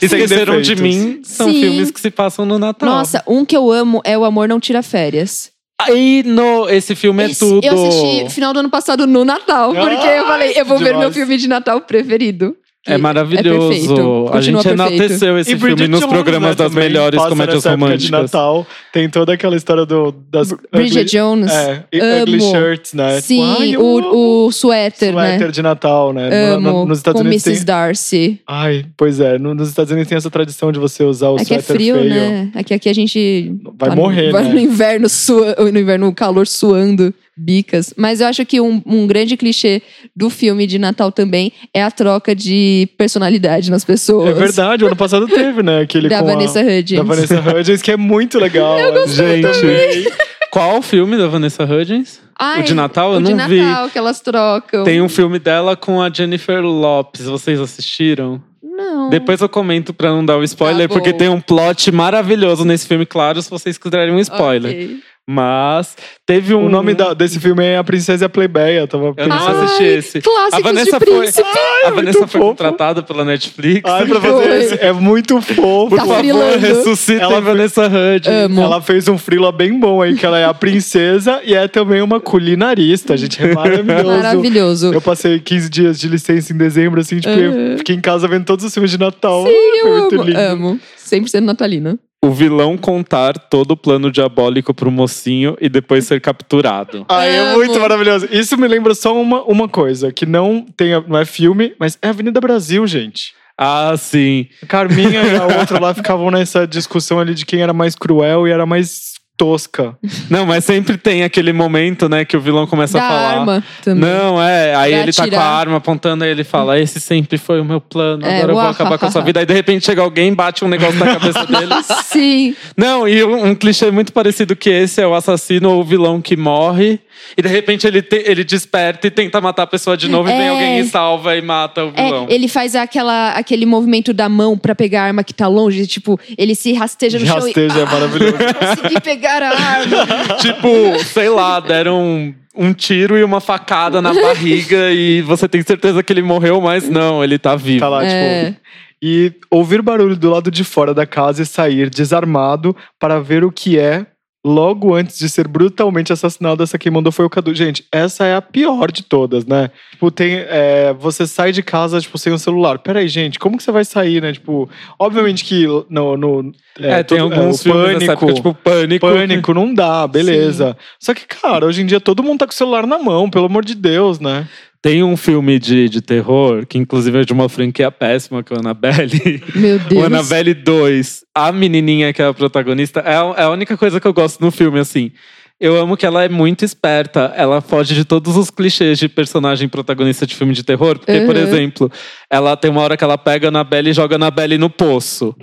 S2: Esqueceram de
S1: defeitos.
S2: mim são
S3: Sim.
S2: filmes que se passam no Natal.
S3: Nossa, um que eu amo é O Amor Não Tira Férias.
S2: Aí, no, esse filme é
S3: Esse-
S2: tudo.
S3: Eu assisti final do ano passado no Natal, porque eu falei, eu vou ver
S1: Ah, demais.
S3: meu filme de Natal preferido.
S2: É maravilhoso.
S3: perfeito.
S2: a
S3: Continua
S2: gente
S3: perfeito.
S2: enalteceu esse
S1: E
S2: filme
S1: Bridget
S2: nos
S1: Jones,
S2: programas
S1: né,
S2: das
S1: também,
S2: melhores
S1: passa
S2: comédias
S1: nessa época de
S2: românticas.
S1: Natal, tem toda aquela história do, das
S3: Bridget Jones.
S1: É, e- ugly
S3: Amo.
S1: shirts, né?
S3: Sim,
S1: Ai, eu amo.
S3: o, o suéter,
S1: suéter
S3: né?
S1: de Natal, né? No-
S3: Amo,
S1: no- nos Estados
S3: com
S1: Unidos
S3: Mrs.
S1: tem...
S3: Darcy.
S1: Ai, pois é. no- Nos Estados Unidos tem essa tradição de você usar o
S3: É que é
S1: suéter
S3: frio,
S1: feio.
S3: né? É que aqui a gente
S1: Vai
S3: Tá no-
S1: morrer,
S3: vai
S1: né?
S3: no inverno, sua, no inverno, o calor suando bicas. Mas eu acho que um, um grande clichê do filme de Natal também é a troca de personalidade nas pessoas.
S1: É verdade, ano passado teve, né? Aquele
S3: Da
S1: com a-
S3: Vanessa Hudgens.
S1: da Vanessa Hudgens, que é muito legal. Eu
S2: gostei também. Qual o filme da Vanessa Hudgens?
S3: Ai,
S2: o de Natal? Eu
S3: Ah, é. o de
S2: não vi.
S3: Natal que elas trocam.
S2: Tem um filme dela com a Jennifer Lopes. Vocês assistiram?
S3: Não.
S2: Depois eu comento pra não dar o spoiler,
S3: Hum. Tá bom.
S2: porque tem um plot maravilhoso nesse filme, claro, se vocês quiserem um spoiler.
S3: Ok.
S2: Mas teve um.
S1: O nome da- desse filme é A Princesa e a Plebeia.
S3: Ah,
S1: Tava
S2: Eu não
S1: pensando.
S3: Ai,
S2: assisti esse.
S3: Clássicos
S2: A Vanessa
S3: de
S2: foi-
S3: príncipe.
S2: a Vanessa foi
S1: fofo.
S2: contratada pela Netflix.
S1: Ai, pra fazer
S3: Foi.
S1: esse, é muito fofo.
S3: Tá
S2: Por favor,
S3: frilando.
S2: ressuscita
S1: Ela
S2: a Vanessa Hudgens.
S3: Amo.
S1: Ela fez um frila bem bom aí, que ela é a princesa e é também uma culinarista. Gente, é maravilhoso.
S3: Maravilhoso.
S1: Eu passei 15 dias de licença em dezembro, assim, tipo, eu fiquei em casa vendo todos os filmes de Natal.
S3: Sim,
S1: Foi
S3: eu
S1: muito
S3: amo.
S1: lindo.
S3: Amo. 100% natalina.
S2: O vilão contar todo o plano diabólico pro mocinho e depois ser capturado.
S1: Ai, é
S3: Amo.
S1: muito maravilhoso. Isso me lembra só uma, uma coisa, que não, tem, não é filme, mas é Avenida Brasil, gente.
S2: Ah, sim.
S1: A Carminha e a outra lá ficavam nessa discussão ali de quem era mais cruel e era mais tosca.
S2: Não, mas sempre tem aquele momento, né, que o vilão começa
S3: da
S2: a falar.
S3: arma também.
S2: Não, é. Aí
S3: Pra
S2: ele tá com
S3: atirar.
S2: a arma apontando, aí ele fala: Esse sempre foi o meu plano,
S3: É,
S2: agora eu vou
S3: uá,
S2: acabar com a
S3: ha,
S2: sua
S3: ha,
S2: vida. Aí de repente chega alguém, bate um negócio na cabeça dele.
S3: Sim.
S2: Não, e um, um clichê muito parecido que esse é o assassino ou o vilão que morre, e de repente ele, te- ele desperta e tenta matar a pessoa de novo, e vem
S3: É.
S2: alguém e salva e mata o vilão.
S3: É, ele faz aquela, aquele movimento da mão pra pegar a arma que tá longe, tipo, ele se rasteja no
S1: Rasteja
S3: chão
S1: é maravilhoso.
S3: e consegui pegar a arma.
S2: Tipo, sei lá, deram um, um tiro e uma facada na barriga e você tem certeza que ele morreu, mas não, ele tá vivo.
S1: Tá lá,
S3: É.
S1: tipo. E ouvir barulho do lado de fora da casa e sair desarmado para ver o que é. Logo antes de ser brutalmente assassinado, essa quem mandou foi o Cadu. Gente, essa é a pior de todas, né? Tipo, tem. é, você sai de casa, tipo, sem o celular. Peraí, gente, como que você vai sair, né? Tipo, obviamente que no. no
S2: É, tem
S1: todo-
S2: alguns
S1: o
S2: filmes nessa época, tipo Pânico.
S1: Pânico, não dá, beleza. Só que, cara, hoje em dia todo mundo tá com o celular na mão, pelo amor de Deus, né?
S2: Tem um filme de, de terror, que inclusive é de uma franquia péssima, que é o Annabelle.
S3: Meu
S2: O
S3: Deus.
S2: Annabelle 2, a menininha que é a protagonista, é a é a única coisa que eu gosto no filme, assim. Eu amo que ela é muito esperta. Ela foge de todos os clichês de personagem protagonista de filme de terror. Porque, por
S3: Uhum.
S2: exemplo, ela tem uma hora que ela pega a Annabelle e joga a Annabelle no poço.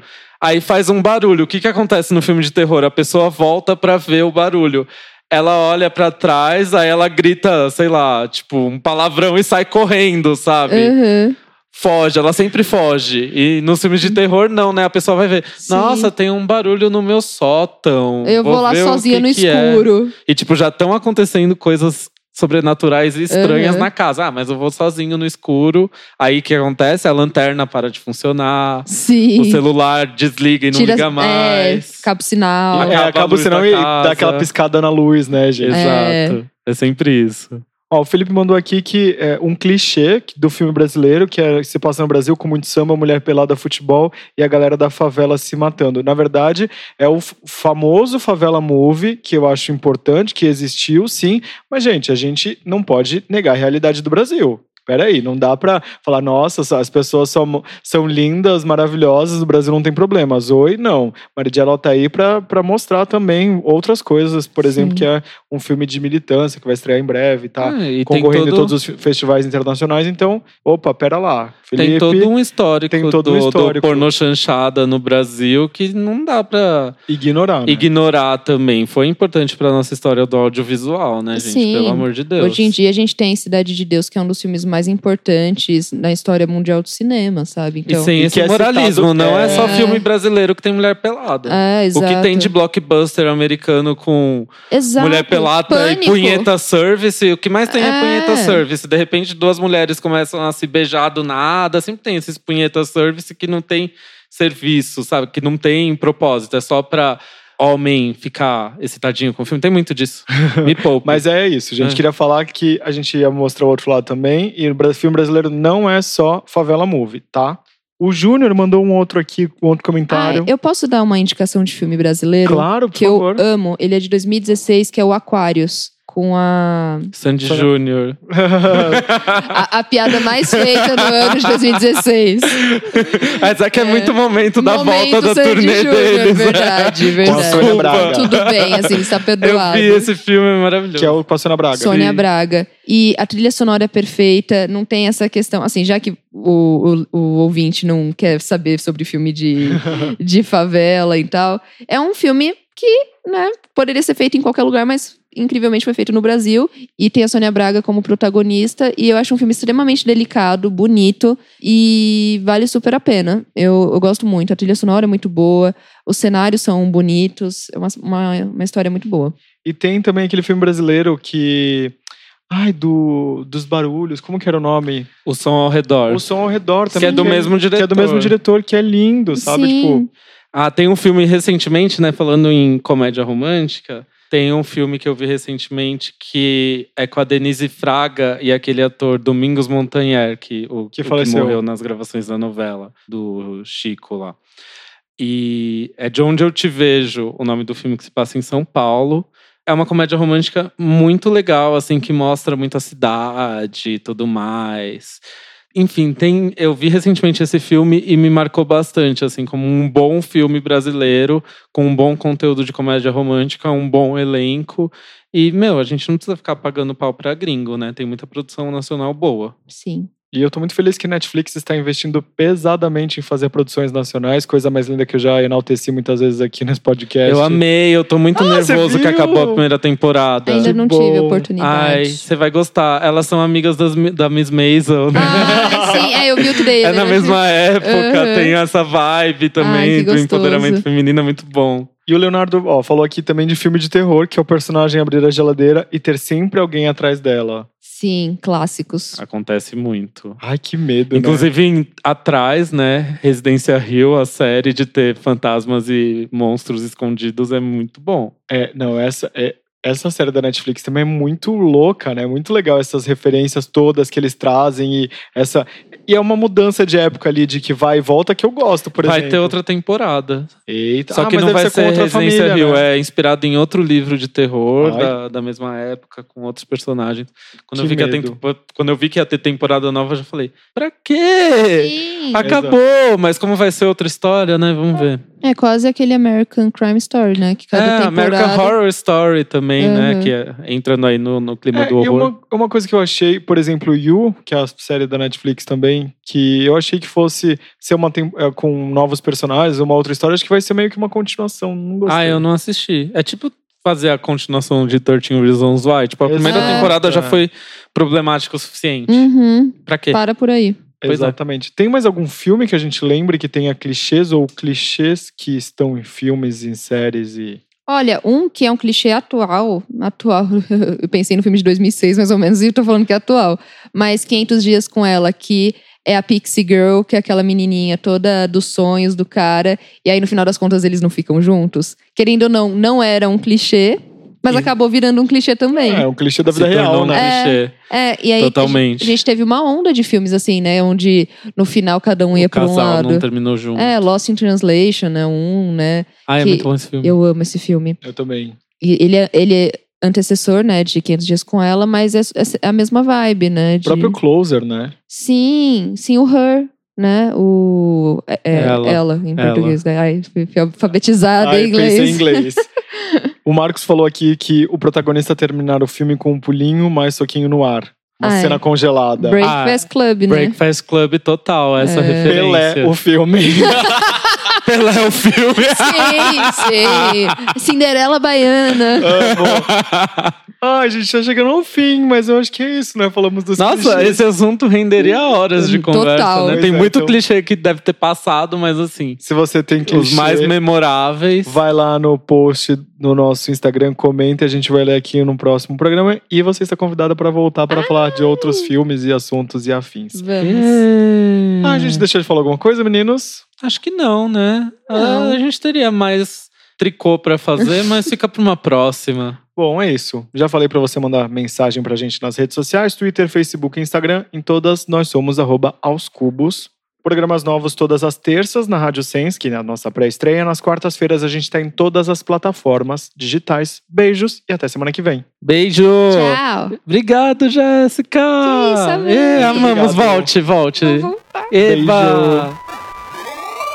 S2: Aí faz um barulho. O que, que acontece no filme de terror? A pessoa volta pra ver o barulho. Ela olha pra trás, aí ela grita, sei lá, tipo, um palavrão e sai correndo, sabe?
S3: Uhum.
S2: Foge, ela sempre foge. E nos filmes de terror, não, né? A pessoa vai ver.
S3: Sim.
S2: Nossa, tem um barulho no meu sótão.
S3: Eu vou, lá
S2: ver o
S3: sozinha
S2: que
S3: no
S2: que é."
S3: escuro.
S2: E, tipo, já estão acontecendo coisas sobrenaturais e estranhas
S3: Uhum.
S2: na casa. Ah, mas eu vou sozinho no escuro. Aí o que acontece? A lanterna para de funcionar.
S3: Sim.
S2: O celular desliga e não
S3: Tira-
S2: liga
S3: É,
S2: mais.
S3: acaba o sinal.
S2: Acaba
S1: É,
S2: a
S1: acaba o
S2: luz
S1: sinal
S2: da
S1: e
S2: casa.
S3: é.
S1: dá aquela piscada na luz, né, gente?
S2: Exato. É sempre isso.
S1: Ó, o Felipe mandou aqui que é, um clichê que- do filme brasileiro, que é, se passa no Brasil com muito samba, mulher pelada, futebol e a galera da favela se matando. Na verdade, é o f- famoso favela movie, que eu acho importante, que existiu, sim. Mas, gente, a gente não pode negar a realidade do Brasil. Peraí, não dá pra falar, nossa, só- as pessoas são, são lindas, maravilhosas, o Brasil não tem problemas. Oi, não. Maridiela tá aí pra, pra mostrar também outras coisas, por exemplo,
S3: Sim.
S1: que é um filme de militância que vai estrear em breve, tá?
S2: Ah, e tem
S1: concorrendo
S2: todo,
S1: em todos os fe- festivais internacionais, então, opa, pera lá. Felipe,
S2: tem todo um histórico,
S1: tem todo um
S2: do, do
S1: histórico.
S2: pornô chanchada no Brasil que não dá pra
S1: ignorar. Né?
S2: ignorar também. Foi importante pra nossa história do audiovisual, né, gente?
S3: Sim.
S2: Pelo amor de Deus.
S3: Hoje em dia a gente tem Cidade de Deus, que é um dos filmes mais importantes na história mundial do cinema, sabe?
S2: E
S3: Então,
S2: sem
S1: E que
S2: esse
S1: é
S2: moralismo,
S1: citado-
S2: não é... só
S3: É.
S2: filme brasileiro que tem mulher pelada.
S3: é,
S2: O
S3: exato.
S2: que tem de blockbuster americano com
S3: Exato.
S2: mulher pelada
S3: Pânico.
S2: e punheta service, o que mais tem é,
S3: É.
S2: punheta service. De repente, duas mulheres começam a se beijar do nada. Sempre tem esses punheta service que não tem serviço, sabe? Que não tem propósito. É só pra homem ficar excitadinho com o filme. Tem muito disso. Me poupa.
S1: Mas é isso, gente.
S2: É.
S1: Queria falar que a gente ia mostrar o outro lado também. E o Bra- filme brasileiro não é só favela movie, tá? O Júnior mandou um outro aqui, um outro
S3: Ah,
S1: comentário.
S3: eu posso dar uma indicação de filme brasileiro?
S1: Claro, por
S3: que eu
S1: favor.
S3: amo. Ele é de 2016, que é o Aquarius. Com a,
S2: Sandy
S1: Foi-
S2: Júnior.
S3: a, a piada mais feita no ano de 2016.
S2: Mas é que é, muito momento da
S3: Momento
S2: volta da
S3: Sandy
S2: turnê
S3: Júnior,
S2: deles.
S3: é
S2: né?
S3: Verdade,
S1: Com a Sônia
S3: verdade.
S2: Desculpa.
S1: Braga.
S3: Tudo bem, assim, está
S2: Eu
S3: perdoado.
S2: vi esse filme maravilhoso.
S1: Que é o com a Sônia Braga.
S3: Sônia
S2: Sim.
S3: Braga. E a trilha sonora é perfeita, não tem essa questão. Assim, já que o, o, o ouvinte não quer saber sobre filme de, de favela e tal, é um filme que, né, poderia ser feito em qualquer lugar, mas incrivelmente foi feito no Brasil. E tem a Sônia Braga como protagonista. E eu acho um filme extremamente delicado, bonito e vale super a pena. Eu, eu gosto muito. A trilha sonora é muito boa, os cenários são bonitos, é uma, uma, uma história muito boa.
S1: E tem também aquele filme brasileiro que. Ai, do, dos barulhos, como que era o nome?
S2: O som ao redor.
S1: O som ao redor
S2: Que
S1: também.
S2: é do mesmo diretor.
S1: Que é do mesmo diretor, que é lindo, sabe?
S3: Sim.
S1: Tipo,
S2: Ah, tem um filme recentemente, né? Falando em comédia romântica, tem um filme que eu vi recentemente que é com a Denise Fraga e aquele ator Domingos Montanher, que, o,
S1: Que
S2: o
S1: faleceu.
S2: morreu nas gravações da novela do Chico lá. E é De Onde Eu Te Vejo, o nome do filme que se passa em São Paulo. É uma comédia romântica muito legal, assim, que mostra muito a cidade e tudo mais. Enfim, tem, eu vi recentemente esse filme e me marcou bastante, assim, como um bom filme brasileiro, com um bom conteúdo de comédia romântica, um bom elenco. E, meu, a gente não precisa ficar pagando pau pra gringo, né? Tem muita produção nacional boa.
S3: Sim.
S1: E eu tô muito feliz que Netflix está investindo pesadamente em fazer produções nacionais, coisa mais linda que eu já enalteci muitas vezes aqui nesse podcast.
S2: Eu amei, eu tô muito
S1: É, Ah, você
S2: nervoso que
S1: viu?
S2: acabou a primeira temporada.
S3: Ainda não tive
S1: bom.
S2: Ai,
S3: oportunidade.
S2: você vai gostar. Elas são amigas das mi- da Miss Maisel, né?
S3: Ah, sim, é, eu vi o trailer.
S2: É na
S3: né?
S2: mesma época,
S3: Aham.
S2: tem essa vibe
S3: Ai,
S2: também
S3: que
S2: do empoderamento
S3: gostoso.
S2: feminino, é muito bom.
S1: E o Leonardo, ó, falou aqui também de filme de terror, que é o personagem abrir a geladeira e ter sempre alguém atrás dela.
S3: Sim, clássicos.
S2: Acontece muito.
S1: Ai, que medo, né?
S2: Inclusive, em- atrás, né? Residência Hill, a série de ter fantasmas e monstros escondidos é muito bom.
S1: É, não, essa é essa série da Netflix também é muito louca, né? Muito legal essas referências todas que eles trazem e essa e é uma mudança de época ali de que vai e volta que eu gosto, por
S2: vai
S1: exemplo.
S2: ter outra temporada.
S1: Eita,
S2: Só
S1: ah,
S2: que
S1: mas
S2: não
S1: deve ser,
S2: vai ser,
S1: com outra
S2: Residência
S1: família,
S2: Hill,
S1: né?
S2: é inspirado em outro livro de terror
S1: Ai.
S2: da, da mesma época, com outros personagens. Quando, eu
S1: Que
S2: vi que a
S1: medo.
S2: tempo- quando eu vi que ia ter temporada nova, eu já falei: pra quê?
S3: Sim.
S2: Acabou! Mas como vai ser outra história, né? Vamos ver.
S3: É quase aquele American Crime Story, né? Que cada
S2: é,
S3: temporada...
S2: American Horror Story também, né?
S3: Uhum.
S2: Que é entrando aí no, no clima
S1: É,
S2: do
S1: e
S2: horror.
S1: uma, uma coisa que eu achei, por exemplo, You, que é a série da Netflix também, que eu achei que fosse ser uma tem- é, com novos personagens, uma outra história, acho que vai ser meio que uma continuação. Não gostei.
S2: Ah, eu não assisti. É tipo fazer a continuação de 13 Reasons Why. Tipo, a primeira
S3: Exato.
S2: temporada já foi problemática o suficiente.
S3: Uhum,
S2: Pra quê?
S3: para por aí.
S2: pois é.
S1: Exatamente. Tem mais algum filme que a gente lembre que tenha clichês ou clichês que estão em filmes, em séries e.
S3: Olha, um que é um clichê atual, atual, eu pensei no filme de 2006 mais ou menos e tô falando que é atual, mas 500 dias com ela, que é a Pixie Girl, que é aquela menininha toda dos sonhos do cara, e aí no final das contas eles não ficam juntos. Querendo ou não, não era um clichê, Mas
S2: E-
S3: acabou virando um clichê também.
S1: É um clichê da vida
S2: se tornou
S1: real,
S2: um
S1: né?
S3: É,
S2: clichê.
S3: É, e aí
S2: Totalmente.
S3: a gente teve uma onda de filmes assim, né? Onde no final cada um ia
S2: o
S3: pra
S2: casal
S3: um lado.
S2: não terminou junto.
S3: É, Lost in Translation, né? Um, né?
S2: ah, é
S3: que-
S2: muito bom esse filme.
S3: Eu amo esse filme.
S1: Eu também.
S3: E ele é, ele é antecessor, né? De 500 Dias com Ela, mas é, é a mesma vibe, né?
S1: O
S3: De...
S1: próprio Closer, né?
S3: Sim, sim, o Her, né? O... é- é-
S2: Ela.
S3: ela. em
S2: Ela.
S3: português, né? Ai, fui, fui alfabetizada
S1: Ah,
S3: em
S1: eu
S3: inglês.
S1: pensei em inglês. O Marcos falou aqui que o protagonista terminar o filme com um pulinho mais soquinho no ar. Uma
S3: Ai.
S1: cena congelada.
S3: Breakfast Club, né? É.
S2: Breakfast Club total, essa referência.
S1: Pelé, é o filme.
S2: Pelé, o filme.
S3: Sei, sei. Cinderela Baiana.
S1: Ai, gente, tá chegando ao fim, mas eu acho que é isso, né? Falamos dos
S2: Nossa,
S1: clichês.
S2: esse assunto renderia horas de
S3: Total.
S2: conversa, né?
S1: Pois
S2: Tem
S1: é,
S2: muito
S1: então-
S2: clichê que deve ter passado, mas assim,
S1: Se você tem clichê,
S2: os mais memoráveis.
S1: vai lá no post no nosso Instagram, comenta, a gente vai ler aqui no próximo programa. E você está convidada para voltar para falar de outros
S2: Ah.
S1: filmes e assuntos e afins.
S2: É.
S3: Vamos.
S1: Ah, a
S2: Hum.
S1: gente deixou de falar alguma coisa, meninos?
S2: Acho que não, né?
S3: Não.
S2: Ah, A gente teria mais tricô pra fazer, mas fica pra uma próxima.
S1: Bom, é isso. Já falei pra você mandar mensagem pra gente nas redes sociais, Twitter, Facebook, Instagram. Em todas nós somos arroba aos cubos. Programas novos todas as terças na Rádio Sens, que é a nossa pré-estreia. Nas quartas-feiras a gente tá em todas as plataformas digitais. Beijos e até semana que vem.
S2: Beijo!
S3: Tchau.
S2: Obrigado, Jéssica!
S3: isso, amei.
S2: Ê, amamos,
S1: Obrigado.
S2: volte, volte.
S3: Vou voltar.
S2: Eba!
S1: Beijo.